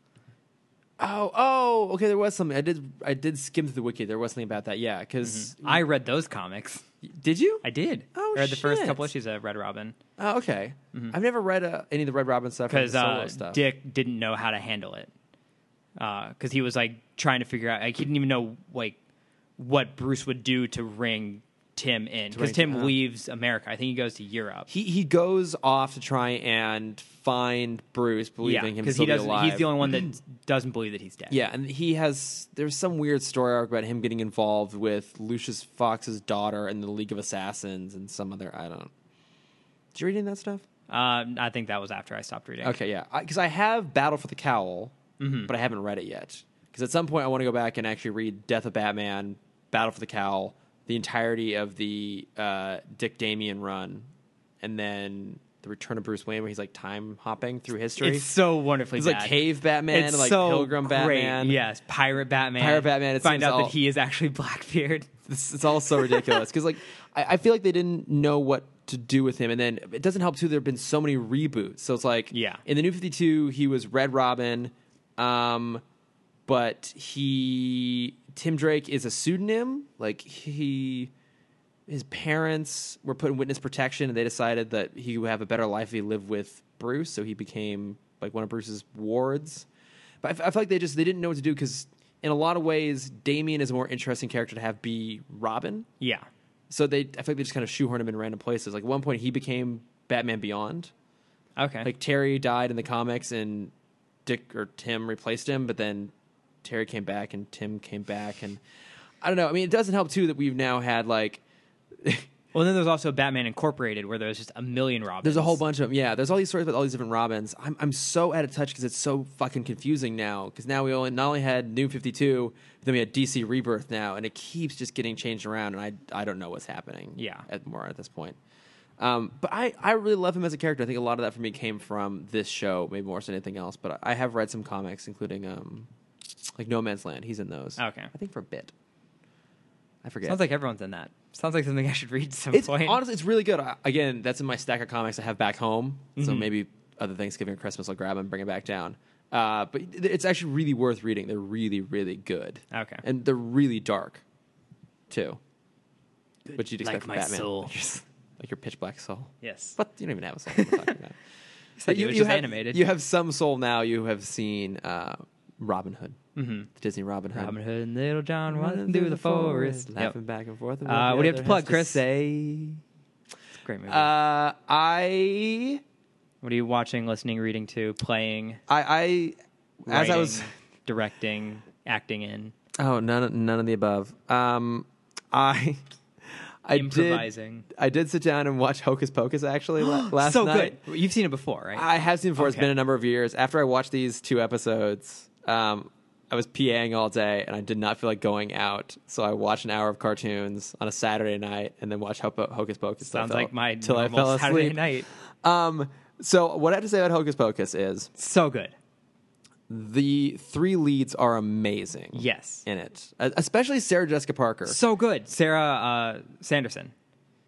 S1: Oh, oh, okay. There was something I did. I did skim through the wiki. There was something about that. Yeah, because
S2: I read those comics.
S1: did you?
S2: Mm-hmm. I did.
S1: Oh,
S2: I read the first
S1: shit.
S2: couple issues of Red Robin
S1: oh, okay. I've never read uh, any of the Red Robin stuff or the
S2: because
S1: solo
S2: Mm-hmm. uh,
S1: stuff.
S2: Dick didn't know how to handle it because he was like trying to figure out. Like he didn't even know like what Bruce would do to ring Tim in because
S1: ring
S2: Tim
S1: Tim out.
S2: leaves America. I think he goes to Europe.
S1: he he goes off to try and find Bruce, believing him
S2: because
S1: still
S2: he
S1: be
S2: doesn't.
S1: alive.
S2: He's the only one that doesn't believe that he's dead.
S1: yeah, and he has. There's some weird story arc about him getting involved with Lucius Fox's daughter and the League of Assassins and some other. I don't. Did you read any of that stuff?
S2: Uh, I think that was after I stopped reading. Mm-hmm.
S1: Okay, yeah, because I, have Battle for the Cowl, but I haven't read it yet. Because because at some point I want to go back and actually read Death of Batman, Battle for the Cowl, the entirety of the uh, Dick Damien run, and then the Return of Bruce Wayne, where he's like time hopping through history.
S2: It's so wonderfully
S1: He's
S2: bad.
S1: like cave Batman,
S2: it's
S1: and like
S2: so
S1: pilgrim
S2: great.
S1: Batman.
S2: Yes, pirate Batman.
S1: Pirate Batman, it
S2: Find
S1: seems
S2: out
S1: all-
S2: that he is actually Blackbeard.
S1: It's, it's all so ridiculous because like I, I feel like they didn't know what to do with him, and then it doesn't help too. There have been so many reboots, so it's like
S2: Yeah.
S1: In the New Fifty Two, he was Red Robin, um, but he Tim Drake is a pseudonym. Like he, his parents were put in witness protection, and they decided that he would have a better life if he lived with Bruce, so he became like one of Bruce's wards. But I, f- I feel like they just they didn't know what to do because in a lot of ways, Damien is a more interesting character to have be Robin.
S2: Yeah.
S1: So they, I feel like they just kind of shoehorn him in random places. Like at one point, he became Batman Beyond.
S2: Okay.
S1: Like Terry died in the comics, and Dick or Tim replaced him, but then Terry came back and Tim came back, and I don't know. I mean, it doesn't help too that we've now had like
S2: well, then there's also Batman Incorporated, where there's just a million Robins.
S1: There's a whole bunch of them. Yeah, there's all these stories about all these different Robins. I'm I'm so out of touch because it's so fucking confusing now. Because now we only not only had New Fifty Two, but then we had DC Rebirth now, and it keeps just getting changed around, and I I don't know what's happening.
S2: Yeah.
S1: at more at this point. Um, but I, I really love him as a character. I think a lot of that for me came from this show, maybe more so than anything else. But I have read some comics, including um, like No Man's Land. He's in those.
S2: Okay.
S1: I think for a bit. I forget.
S2: Sounds like everyone's in that. Sounds like something I should read at some
S1: It's
S2: point.
S1: honestly, it's really good. I, again, that's in my stack of comics I have back home. So
S2: Mm-hmm.
S1: maybe other Thanksgiving or Christmas, I'll grab them and bring it back down. Uh, but it- it's actually really worth reading. They're really, really good.
S2: Okay.
S1: and they're really dark, too. What you'd expect
S2: like
S1: from
S2: my
S1: Batman,
S2: soul.
S1: Like, your, s- like your pitch black soul.
S2: yes.
S1: But you don't even have a soul. What am I talking about?
S2: I do, it's just
S1: have,
S2: animated.
S1: You have some soul now. You have seen uh, Robin Hood, mm-hmm. the Disney Robin Hood.
S2: Hmm. Robin Hood and Little John running through the forest. Yep.
S1: laughing back and forth. and
S2: Uh,
S1: the
S2: what do you have
S1: other
S2: to plug,
S1: has
S2: Chris?
S1: Say.
S2: Great movie.
S1: Uh, I,
S2: what are you watching, listening, reading to, playing,
S1: I, I, as I was,
S2: writing, directing, acting in,
S1: oh, none, of- none of the above. Um, I, I did,
S2: improvising?
S1: I did sit down and watch Hocus Pocus actually la- last
S2: so
S1: night.
S2: good. You've seen it before, right?
S1: I have seen it before. It's
S2: Okay.
S1: been a number of years. After I watched these two episodes, um, I was PAing all day and I did not feel like going out. So I watched an hour of cartoons on a Saturday night and then watched Ho- Hocus Pocus. till I
S2: Sounds
S1: fell-
S2: like my
S1: till I
S2: normal
S1: fell
S2: Saturday
S1: asleep.
S2: night.
S1: Um, so what I have to say about Hocus Pocus is
S2: So good.
S1: the three leads are amazing.
S2: Yes.
S1: in it, Uh, especially Sarah Jessica Parker.
S2: So good. Sarah uh, Sanderson.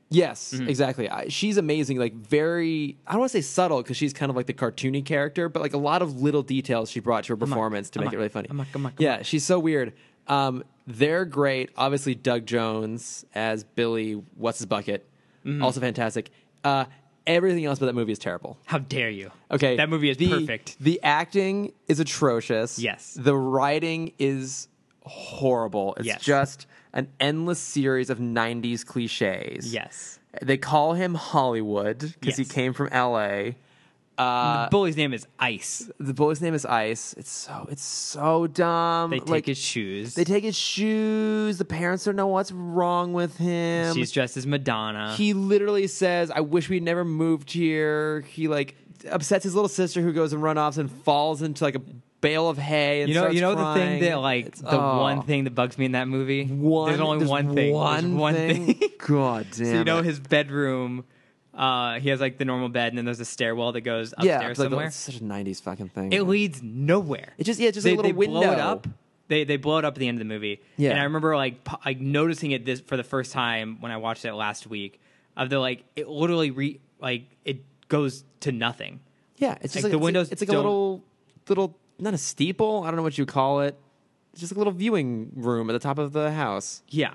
S1: yes,
S2: Mm-hmm.
S1: exactly. I, she's amazing. Like very, I don't want to say subtle because she's kind of like the cartoony character, but like a lot of little details she brought to her performance to
S2: I'm
S1: make
S2: on,
S1: it really funny.
S2: I'm on, I'm on, I'm
S1: yeah, she's so weird. Um, they're great. Obviously, Doug Jones as Billy, what's his bucket,
S2: Mm-hmm.
S1: also fantastic. Uh, everything else about that movie is terrible.
S2: How dare you?
S1: Okay.
S2: That movie is
S1: the,
S2: perfect.
S1: The acting is atrocious.
S2: Yes.
S1: The writing is horrible. It's
S2: Yes.
S1: just an endless series of 90s cliches.
S2: Yes.
S1: They call him Hollywood because he
S2: Yes.
S1: came from LA. Uh,
S2: the bully's name is Ice.
S1: The boy's name is Ice. It's so it's so dumb.
S2: They take
S1: like,
S2: his shoes.
S1: They take his shoes. The parents don't know what's wrong with him.
S2: She's dressed as Madonna.
S1: he literally says, "I wish we'd never moved here." He like upsets his little sister, who goes and runoffs and falls into like a bale of hay. And
S2: you know,
S1: starts
S2: you know the
S1: crying.
S2: thing that like
S1: It's-
S2: the
S1: oh.
S2: one thing that bugs me in that movie.
S1: One,
S2: there's only one thing.
S1: One
S2: there's one thing.
S1: God damn.
S2: so you know
S1: it.
S2: his bedroom. Uh, he has like the normal bed, and then there's a stairwell that goes upstairs
S1: yeah, it's like,
S2: somewhere.
S1: It's such a '90s fucking thing.
S2: It leads nowhere.
S1: Mm-hmm. It just- yeah, it's just a little
S2: Blow it
S1: window.
S2: up. They they blow it up at the end of the movie.
S1: Yeah.
S2: And I remember like p- like noticing it this for the first time when I watched it last week. Of the like, it literally re like it goes to nothing.
S1: yeah, it's just
S2: like,
S1: like,
S2: the
S1: it's
S2: windows
S1: A, it's like a
S2: don't-
S1: little, little not a steeple. I don't know what you call it. It's just a little viewing room at the top of the house.
S2: Yeah.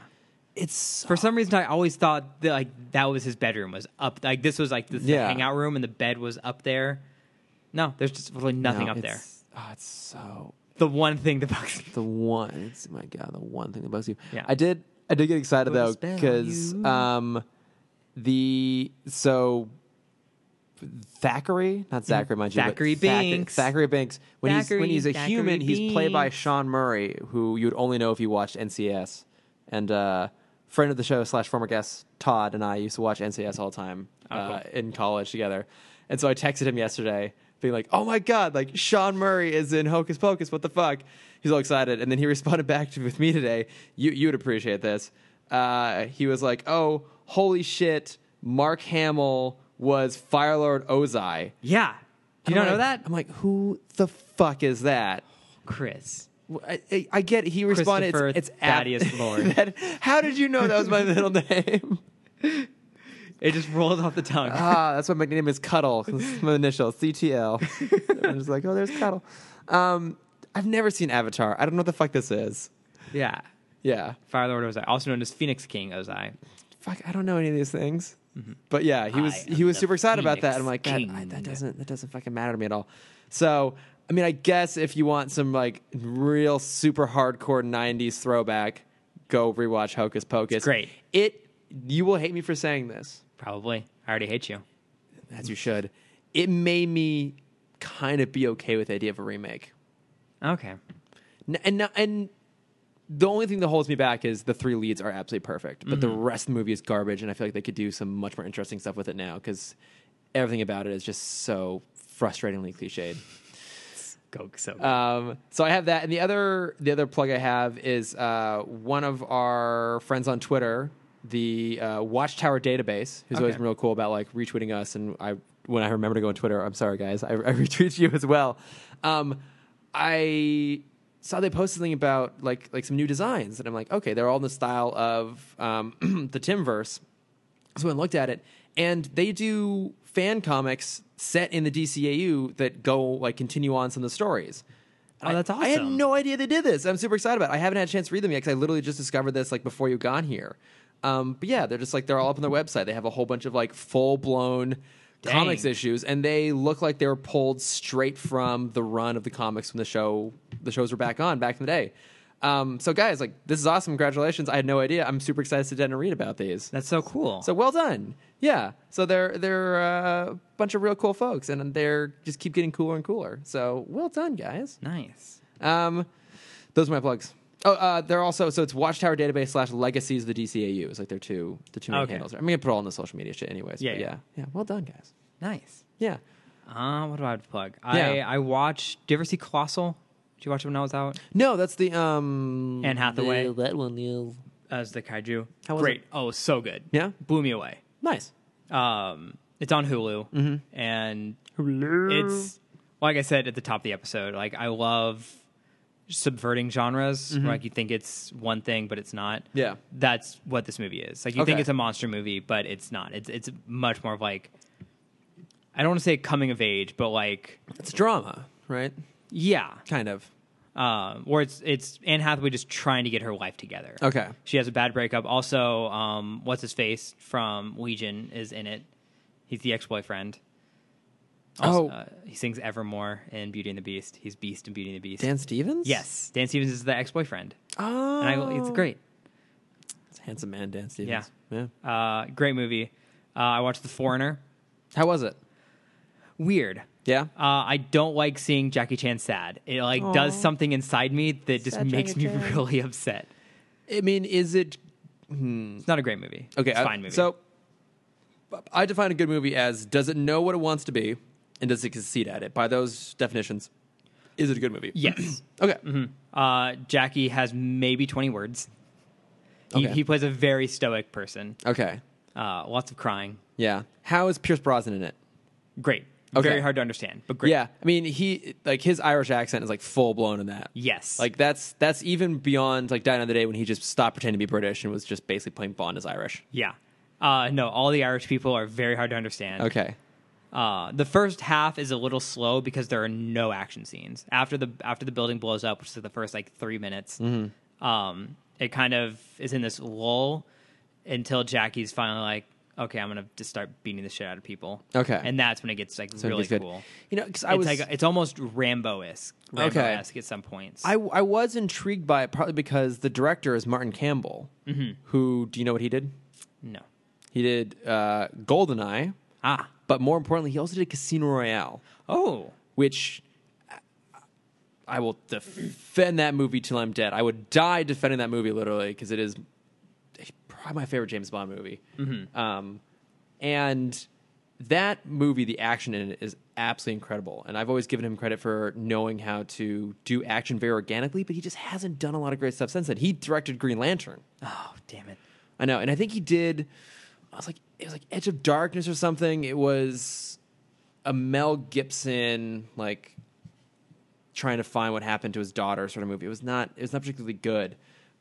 S1: It's so,
S2: For some reason, I always thought that like that was his bedroom was up. Like this was like the, the
S1: Yeah.
S2: hangout room, and the bed was up there. No, there's just really nothing
S1: no,
S2: up there.
S1: it's- Oh, it's so
S2: The one thing that bugs me.
S1: the one. It's my god, the one thing that bugs you.
S2: Yeah.
S1: I did. I did get excited
S2: Put a
S1: though
S2: spell on
S1: because
S2: you.
S1: um, the so Thackeray, not Zachary, mind you, but
S2: Thackeray
S1: Thacker-
S2: Mm-hmm. Binks.
S1: Thackeray Binks. When he's when
S2: Thackeray,
S1: he's a
S2: Thackeray
S1: human, he's played by
S2: Binks.
S1: Sean Murray, who you'd only know if you watched NCS. And uh, friend of the show slash former guest
S2: Oh,
S1: Todd and I used to watch NCS all the time uh, in college together. And so I texted him yesterday being like, "Oh my god, like Sean Murray is in Hocus Pocus. What the fuck?" He's all excited, and then he responded back to with me today. You you would appreciate this. Uh, he was like, "Oh, holy shit, Mark Hamill was Firelord Ozai."
S2: Yeah.
S1: And
S2: Do you not
S1: I'm
S2: know
S1: like-
S2: that?
S1: I'm like, "Who the fuck is that?"
S2: Chris.
S1: Well, I, I, I get it. he responded.
S2: Christopher
S1: It's, it's Ab-
S2: Thaddeus Lord.
S1: that- how did you know that was my middle name?
S2: It just rolls off the tongue.
S1: ah, that's why my name is Cuddle. 'cause It's my initial CTL. I'm just like, oh, there's Cuddle. Um, I've never seen Avatar. I don't know what the fuck this is.
S2: yeah.
S1: Yeah,
S2: Fire Lord Ozai, also known as Phoenix King Ozai.
S1: fuck, I don't know any of these things. But yeah, he was
S2: Mm-hmm. I
S1: he
S2: am
S1: was
S2: the
S1: super excited about that.
S2: Phoenix
S1: I'm like, God, I, that
S2: King."
S1: doesn't that doesn't fucking matter to me at all. So. I mean, I guess if you want some like real super hardcore '90s throwback, go rewatch Hocus Pocus.
S2: great.
S1: It you will hate me for saying this,
S2: Probably. I already hate you.
S1: as you should. It made me kind of be okay with the idea of a remake.
S2: Okay.
S1: N- and no- and the only thing that holds me back is the three leads are absolutely perfect, but the rest of the movie is garbage, and I feel like they could do some much more interesting stuff with it now because everything about it is just so frustratingly cliched.
S2: Go so good.
S1: Um, so I have that, and the other the other plug I have is uh, one of our friends on Twitter, the uh, Watchtower Database, who's always
S2: Okay.
S1: been real cool about like retweeting us. And I when I remember to go on Twitter, I'm sorry guys, I, I retweet you as well. Um, I saw they posted something about like like some new designs, and I'm like, okay, they're all in the style of um, the Timverse. So I looked at it, and they do fan comics set in the DCAU that go like continue on some of the stories.
S2: Oh, that's
S1: I- I had
S2: awesome.
S1: no idea they did this. I'm super excited about. it. I haven't had a chance to read them yet because I literally just discovered this like before you got here. Um, but yeah, they're just like they're all up on their website. They have a whole bunch of like full blown
S2: Dang.
S1: comics issues, and they look like they were pulled straight from the run of the comics when the show the shows were back on back in the day. Um, so guys, like this is awesome. Congratulations! I had no idea. I'm super excited to sit down and read about these.
S2: That's so cool.
S1: So well done. Yeah. So they're they're uh, a bunch of real cool folks, and they're just keep getting cooler and cooler. So well done, guys.
S2: nice.
S1: Um, those are my plugs. Oh, uh, they're also so it's Watchtower Database slash Legacies of the DCAU. It's like they're two the two main
S2: Okay.
S1: handles. I'm gonna put all in the social media shit, anyways.
S2: Yeah,
S1: but
S2: yeah.
S1: yeah, yeah. Well done, guys.
S2: Nice.
S1: Yeah.
S2: Uh, what do I have to plug?
S1: Yeah.
S2: I, I watched. Do you ever see Colossal? Did you watch it when I was out?
S1: No, that's the um
S2: Anne Hathaway.
S1: the- that one. Yeah.
S2: As the kaiju.
S1: How was
S2: Great.
S1: it?
S2: Oh, so good.
S1: Yeah?
S2: Blew me away.
S1: Nice.
S2: Um, it's on Hulu,
S1: Mm-hmm.
S2: and it's like I said at the top of the episode. Like I love subverting genres. where, Like you think it's one thing, but it's not.
S1: Mm-hmm. Yeah.
S2: that's what this movie is. Like you think
S1: Okay.
S2: it's a monster movie, but it's not. It's it's much more of like I don't want to say coming of age, but like
S1: It's drama, right?
S2: yeah,
S1: Kind of.
S2: um, or it's it's Anne Hathaway just trying to get her life together.
S1: Okay.
S2: she has a bad breakup. Also, um, what's his face from Legion is in it. He's the ex boyfriend.
S1: Oh.
S2: uh, he sings Evermore in Beauty and the Beast. He's Beast in Beauty and the Beast.
S1: Dan Stevens.
S2: yes, Dan Stevens is the ex boyfriend,
S1: Oh,
S2: and I, it's great.
S1: It's a handsome man, Dan Stevens. Yeah. Yeah.
S2: Uh, great movie. Uh, I watched The Foreigner.
S1: How was it?
S2: Weird.
S1: Yeah.
S2: Uh, I don't like seeing Jackie Chan sad. It like does something inside me that just
S1: Sad
S2: makes
S1: Jackie
S2: me
S1: Chan.
S2: really upset.
S1: I mean, is it
S2: It's not a great movie.
S1: okay?
S2: it's a
S1: I-
S2: fine movie.
S1: So, I define a good movie as does it know what it wants to be and does it succeed at it? By those definitions, is it a good movie?
S2: yes,
S1: Okay.
S2: Uh, Jackie has maybe 20 words. He,
S1: Okay.
S2: he plays a very stoic person.
S1: Okay.
S2: Uh, lots of crying.
S1: Yeah. How is Pierce Brosnan in it?
S2: Great.
S1: Okay.
S2: Very hard to understand, but great.
S1: Yeah. I mean, he like his Irish accent is like full blown in that.
S2: Yes.
S1: Like that's that's even beyond like Dine of the Day when he just stopped pretending to be British and was just basically playing Bond as Irish.
S2: yeah. Uh, no, all the Irish people are very hard to understand.
S1: Okay.
S2: Uh, the first half is a little slow because there are no action scenes after the after the building blows up, which is the first like three minutes.
S1: Mm-hmm.
S2: Um, it kind of is in this lull until Jackie's finally like, okay, I'm gonna just start beating the shit out of people.
S1: Okay.
S2: and that's when it gets like
S1: it
S2: really
S1: gets good.
S2: cool.
S1: You know, 'cause I
S2: it's
S1: was-
S2: like it's almost Rambo esque, Rambo esque at some points.
S1: I, I was intrigued by it partly because the director is Martin Campbell, who do you know what he did?
S2: no,
S1: He did uh, Goldeneye,
S2: ah,
S1: but more importantly, he also did Casino Royale,
S2: oh,
S1: which I- I will defend that movie till I'm dead. I would die defending that movie literally because it is probably my favorite James Bond movie. Um, and that movie, the action in it is absolutely incredible. And I've always given him credit for knowing how to do action very organically, but he just hasn't done a lot of great stuff since then. He directed Green Lantern.
S2: Oh, damn it.
S1: I know, and I think he did. I was like, it was like Edge of Darkness or something. It was a Mel Gibson like trying to find what happened to his daughter sort of movie. It was not. It was not particularly good.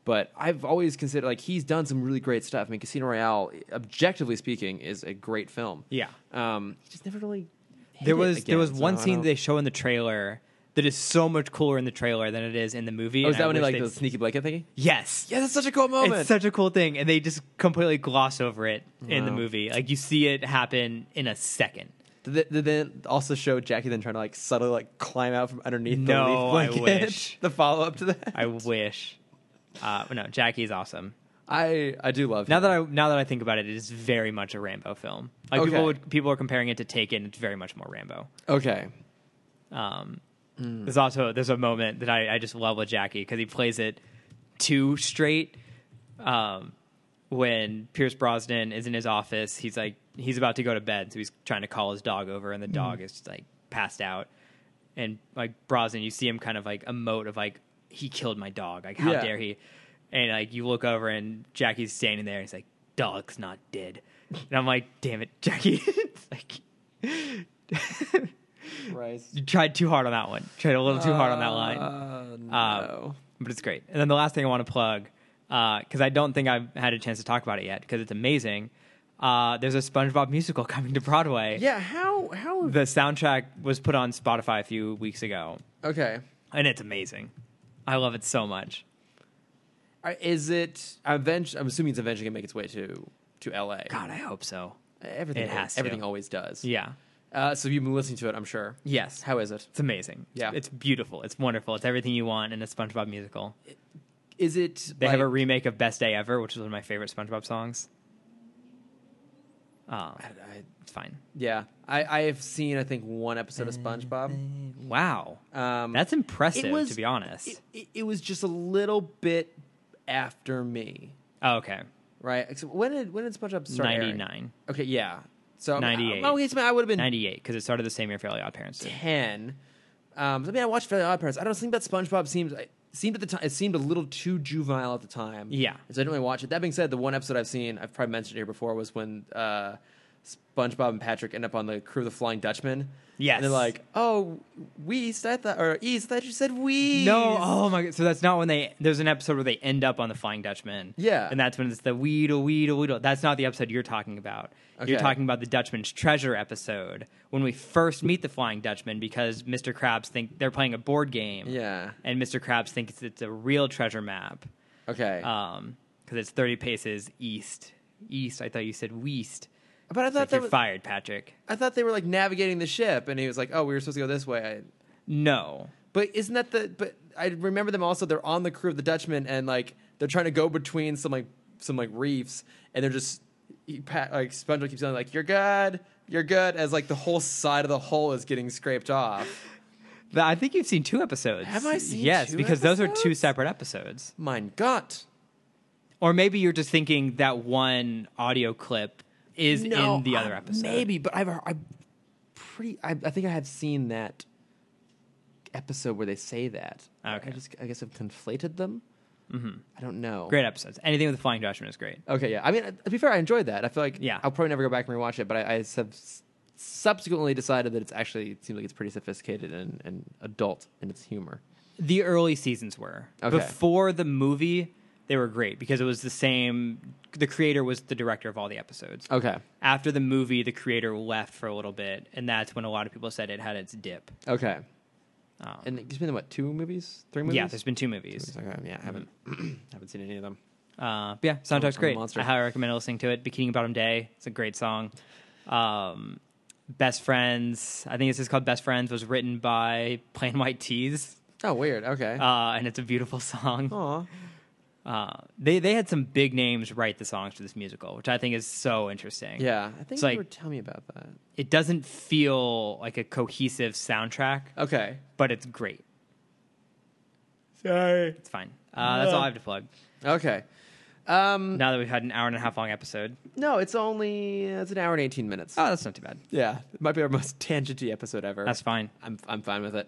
S1: But I've always considered like he's done some really great stuff. I mean, Casino Royale, objectively speaking, is a great film.
S2: Yeah.
S1: Um, he just never really. hit
S2: There
S1: it
S2: was there
S1: again,
S2: was
S1: so
S2: one
S1: I
S2: scene
S1: don't-
S2: they show in the trailer that is so much cooler in the trailer than it is in the movie.
S1: Oh, is
S2: and
S1: that
S2: I
S1: when he
S2: wish
S1: like
S2: they'd-
S1: the sneaky blanket thingy?
S2: Yes.
S1: Yeah, that's such a cool moment.
S2: It's such a cool thing, and they just completely gloss over it in the movie. Like you see it happen in a second.
S1: Did they, did they also show Jackie then trying to like subtly like climb out from underneath
S2: No,
S1: the
S2: I
S1: leaf blanket?
S2: wish.
S1: The follow up to that.
S2: I wish. Uh, no, Jackie's awesome.
S1: I I do love
S2: Now
S1: him.
S2: that I now that I think about it, it is very much a Rambo film. Like
S1: Okay.
S2: people would, people are comparing it to Taken. It's very much more Rambo.
S1: okay.
S2: Um, There's also there's a moment that I, I just love with Jackie because he plays it too straight. Um, when Pierce Brosnan is in his office, he's like he's about to go to bed, so he's trying to call his dog over, and the dog is just like passed out. And like Brosnan, you see him kind of like emote of like he killed my dog. Like how
S1: Yeah.
S2: dare he? And like you look over and Jackie's standing there, and he's like, "Dog's not dead." And I'm like, "Damn it, Jackie!" It's like.
S1: Christ.
S2: you tried too hard on that one. Tried a little too hard on that line.
S1: Uh,
S2: Uh,
S1: no.
S2: But it's great. And then the last thing I want to plug, because I don't think I've had a chance to talk about it yet, because it's amazing. Uh, there's a SpongeBob musical coming to Broadway.
S1: yeah. How how
S2: The soundtrack was put on Spotify a few weeks ago,
S1: okay.
S2: and it's amazing. I love it so much.
S1: I- Uh, Is it? I'm, eventu- I'm assuming it's eventually gonna make its way to to L.A.
S2: God, I hope so.
S1: everything
S2: it has to.
S1: everything always does.
S2: Yeah.
S1: Uh, so you've been listening to it, I'm sure.
S2: Yes.
S1: How is it?
S2: It's amazing.
S1: Yeah.
S2: It's beautiful. It's wonderful. It's everything you want in a SpongeBob musical.
S1: Is it?
S2: They have
S1: like-
S2: a remake of Best Day Ever, which is one of my favorite SpongeBob songs. Um,
S1: I-
S2: it's fine.
S1: yeah, I I have seen I think one episode of SpongeBob.
S2: Wow.
S1: Um,
S2: That's impressive,
S1: it was-
S2: to be honest.
S1: It, it, it was just a little bit after me,
S2: oh, okay.
S1: right? Except when did when did SpongeBob start? airing?
S2: 99.
S1: Okay, yeah. So
S2: 98.
S1: I, okay, so I would have been
S2: 98, because it started the same year Fairly Odd Parents did.
S1: ten. Um, so, I mean, I watched Fairly Odd Parents. I don't think that SpongeBob seems I, seemed at the time. It seemed a little too juvenile at the time.
S2: Yeah.
S1: so I didn't really watch it. That being said, the one episode I've seen, I've probably mentioned here before, was when uh, SpongeBob and Patrick end up on the crew of the Flying Dutchman.
S2: Yes.
S1: and they're like, "Oh, Weast, I thought, or East, I thought you said Weast."
S2: No, oh my god. So that's not when they there's an episode where they end up on the Flying Dutchman.
S1: Yeah.
S2: And that's when it's the Weedle Weedle Weedle. That's not the episode you're talking about.
S1: Okay.
S2: You're talking about the Dutchman's treasure episode when we first meet the Flying Dutchman because Mr. Krabs think they're playing a board game.
S1: Yeah.
S2: And Mr. Krabs thinks it's a real treasure map.
S1: Okay.
S2: Um, because it's 30 paces east. East, I thought you said west.
S1: but I
S2: It's like
S1: thought that
S2: you're
S1: was,
S2: fired, Patrick.
S1: I thought they were like navigating the ship, and he was like, "Oh, we were supposed to go this way." I,
S2: No.
S1: But isn't that the? But I remember them also. They're on the crew of the Dutchman, and like they're trying to go between some like some like reefs, and they're just he, Pat, like SpongeBob keeps telling like you're good, you're good, as like the whole side of the hull is getting scraped off.
S2: Th- I think you've seen two episodes.
S1: Have I seen
S2: Yes,
S1: two
S2: because those are two
S1: episodes?
S2: separate episodes.
S1: Mein Gott!
S2: Or maybe you're just thinking that one audio clip is in the other
S1: I-
S2: episode.
S1: maybe. But I've I pretty I, I think I have seen that episode where they say that. I
S2: Okay.
S1: just I guess I've conflated them. Mm-hmm. I don't know.
S2: Great episodes. Anything with the Flying Dutchman is great.
S1: Okay, yeah. I mean, uh, to be fair, I enjoyed that. I feel like
S2: Yeah.
S1: I'll probably never go back and rewatch it, but I, I have s- subsequently decided that it's actually it seems like it's pretty sophisticated and, and adult in its humor.
S2: The early seasons were.
S1: Okay.
S2: Before the movie, they were great because it was the same. The creator was the director of all the episodes.
S1: Okay,
S2: After the movie, the creator left for a little bit, and that's when a lot of people said it had its dip.
S1: okay.
S2: Um,
S1: And it's been what two movies, three movies?
S2: Yeah, there's been two movies.
S1: Okay, yeah, I haven't haven't seen any of them.
S2: Uh, but yeah, soundtrack's
S1: I'm a
S2: great.
S1: monster.
S2: I highly recommend listening to it. Bikini Bottom Day, it's a great song. Um, Best Friends, I think this is called Best Friends, was written by Plain White Tees,
S1: Oh, weird. Okay.
S2: uh, and it's a beautiful song.
S1: Aw.
S2: Uh, they they had some big names write the songs for this musical, which I think is so interesting.
S1: Yeah, I think
S2: It's
S1: you
S2: like-
S1: were telling me about that.
S2: it doesn't feel like a cohesive soundtrack,
S1: Okay.
S2: but it's great.
S1: Sorry.
S2: It's fine. Uh, that's all I have to plug.
S1: Okay. Um,
S2: Now that we've had an hour and a half long episode.
S1: no, it's only it's an hour and eighteen minutes.
S2: Oh, that's not too bad.
S1: Yeah, it might be our most tangenty episode ever.
S2: That's fine.
S1: I'm I'm fine with it.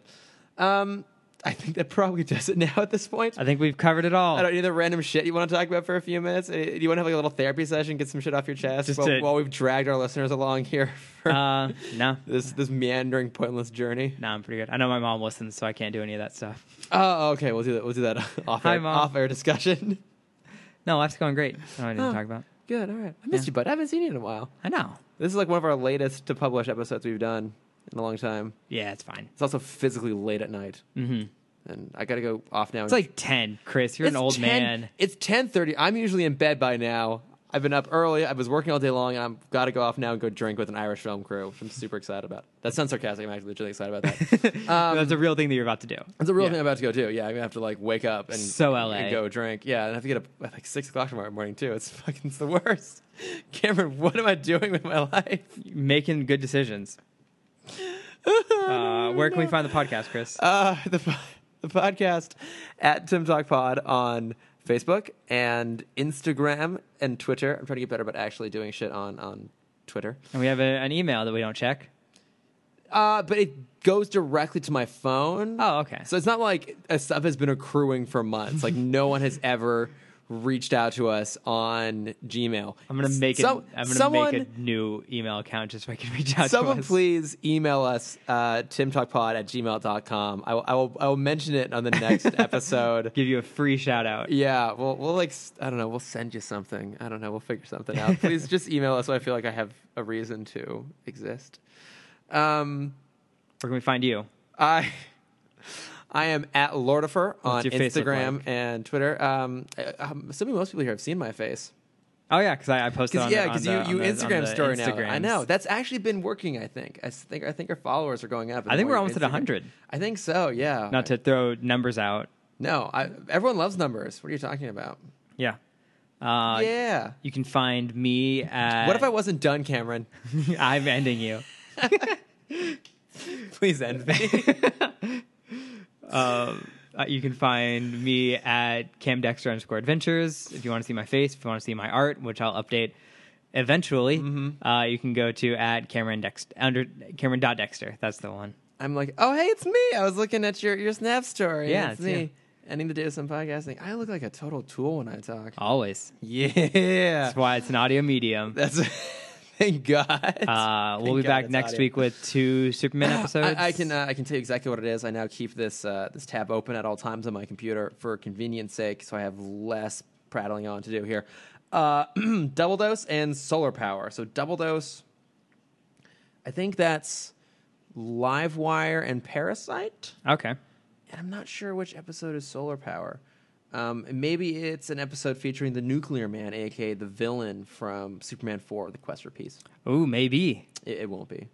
S1: Um, I think that probably does it now at this point.
S2: I think we've covered it all.
S1: I don't need the random shit you want to talk about for a few minutes. Uh, Do you want to have like a little therapy session, get some shit off your chest
S2: Just
S1: while,
S2: to-
S1: while we've dragged our listeners along here for
S2: Uh, no.
S1: this this meandering, pointless journey?
S2: No, I'm pretty good. I know my mom listens, so I can't do any of that stuff.
S1: Oh, okay. We'll do that. We'll do that off
S2: Hi,
S1: air,
S2: Mom.
S1: off air discussion.
S2: No, life's going great. I don't know what
S1: Oh.
S2: to talk about.
S1: Good. All right. I missed
S2: Yeah.
S1: you, bud. I haven't seen you in a while.
S2: I know.
S1: This is like one of our latest to publish episodes we've done in a long time.
S2: Yeah, it's fine.
S1: It's also physically late at night,
S2: hmm
S1: and I got to go off now.
S2: It's like 10, Chris. You're an old man.
S1: It's ten thirty. I'm usually in bed by now. I've been up early. I was working all day long, and I've got to go off now and go drink with an Irish film crew, which I'm super excited about. That sounds sarcastic. I'm actually legitimately excited about that.
S2: That's
S1: Um,
S2: a real thing that you're about to do.
S1: That's a real
S2: Yeah.
S1: thing I'm about to go do. Yeah, I'm gonna have to like wake up and
S2: So LA.
S1: and go drink. Yeah, and I have to get up at like six o'clock tomorrow morning too. It's fucking it's the worst. Cameron, what am I doing with my life?
S2: Making good decisions. Uh, where can we find the podcast, Chris?
S1: Uh, the po- the podcast at Tim Talk Pod on Facebook and Instagram and Twitter. I'm trying to get better about actually doing shit on on Twitter.
S2: and we have a, an email that we don't check.
S1: Uh, but it goes directly to my phone.
S2: Oh, okay.
S1: So it's not like uh, stuff has been accruing for months. Like no one has ever reached out to us on Gmail.
S2: I'm gonna make it.
S1: Some-
S2: I'm gonna
S1: someone,
S2: make a new email account just so I can reach out
S1: Someone
S2: to us.
S1: please email us uh, timtalkpod at gmail.com. I will, I will I will mention it on the next episode.
S2: Give you a free shout out.
S1: Yeah, we'll we'll like s- I don't know. We'll send you something. I don't know. We'll figure something out. Please just email us. So I feel like I have a reason to exist. Um,
S2: Where can we find you?
S1: I I am at Lordifer on
S2: your face look
S1: Instagram
S2: like?
S1: and Twitter. Um, I, I'm assuming most people here have seen my face.
S2: Oh yeah, because I, I posted.
S1: Cause,
S2: on
S1: yeah,
S2: because
S1: because you, you Instagram story now. I
S2: Instagrams.
S1: know that's actually been working. I think. I s- think. I think our followers are going up.
S2: I think we're almost at
S1: Instagram-
S2: 100.
S1: I think so. Yeah.
S2: Not to throw numbers out.
S1: No. I, everyone loves numbers. What are you talking about?
S2: Yeah. Uh,
S1: yeah.
S2: You can find me at.
S1: What if I wasn't done, Cameron?
S2: I'm ending you.
S1: Please end me.
S2: Um, uh, you can find me at Cam Dexter underscore adventures if you want to see my face, if you want to see my art, which I'll update eventually.
S1: Mm-hmm.
S2: Uh, you can go to at Cameron Dexter under Cameron dot Dexter. That's the one.
S1: I'm like, oh hey, it's me. I was looking at your your Snap story.
S2: Yeah,
S1: it's
S2: it's you.
S1: me. Ending the day with some podcasting. I look like a total tool when I talk.
S2: Always.
S1: Yeah.
S2: That's why Oh. it's an audio medium.
S1: That's thank God.
S2: Uh, we'll
S1: Thank God
S2: be back
S1: it's
S2: next
S1: audio.
S2: week with two Superman episodes.
S1: I, I can uh, I can tell you exactly what it is. I now keep this uh, this tab open at all times on my computer for convenience sake, so I have less prattling on to do here. Uh, double dose and solar power. So double dose. I think that's Livewire and Parasite,
S2: Okay.
S1: and I'm not sure which episode is solar power. Um, maybe it's an episode featuring the Nuclear Man, aka the villain from Superman 4: The Quest for Peace.
S2: Ooh, maybe.
S1: It, it won't be.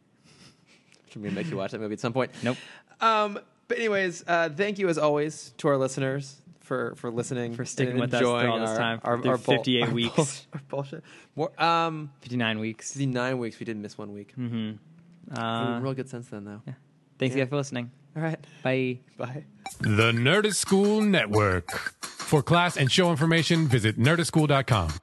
S1: I'm gonna make you watch that movie at some point.
S2: Nope.
S1: Um, but anyways, uh, thank you as always to our listeners for for listening,
S2: For sticking
S1: and
S2: with us through
S1: enjoying
S2: all this
S1: our-
S2: time,
S1: our,
S2: through
S1: our bull-
S2: 58
S1: our
S2: weeks.
S1: bullsh- our bullshit. More, um,
S2: 59 weeks.
S1: 59 weeks. We did miss one week.
S2: Uh,
S1: real good sense then, though.
S2: thanks again for listening.
S1: All right,
S2: Bye.
S1: bye.
S5: The Nerdist School Network. For class and show information, visit nerdistschool.com.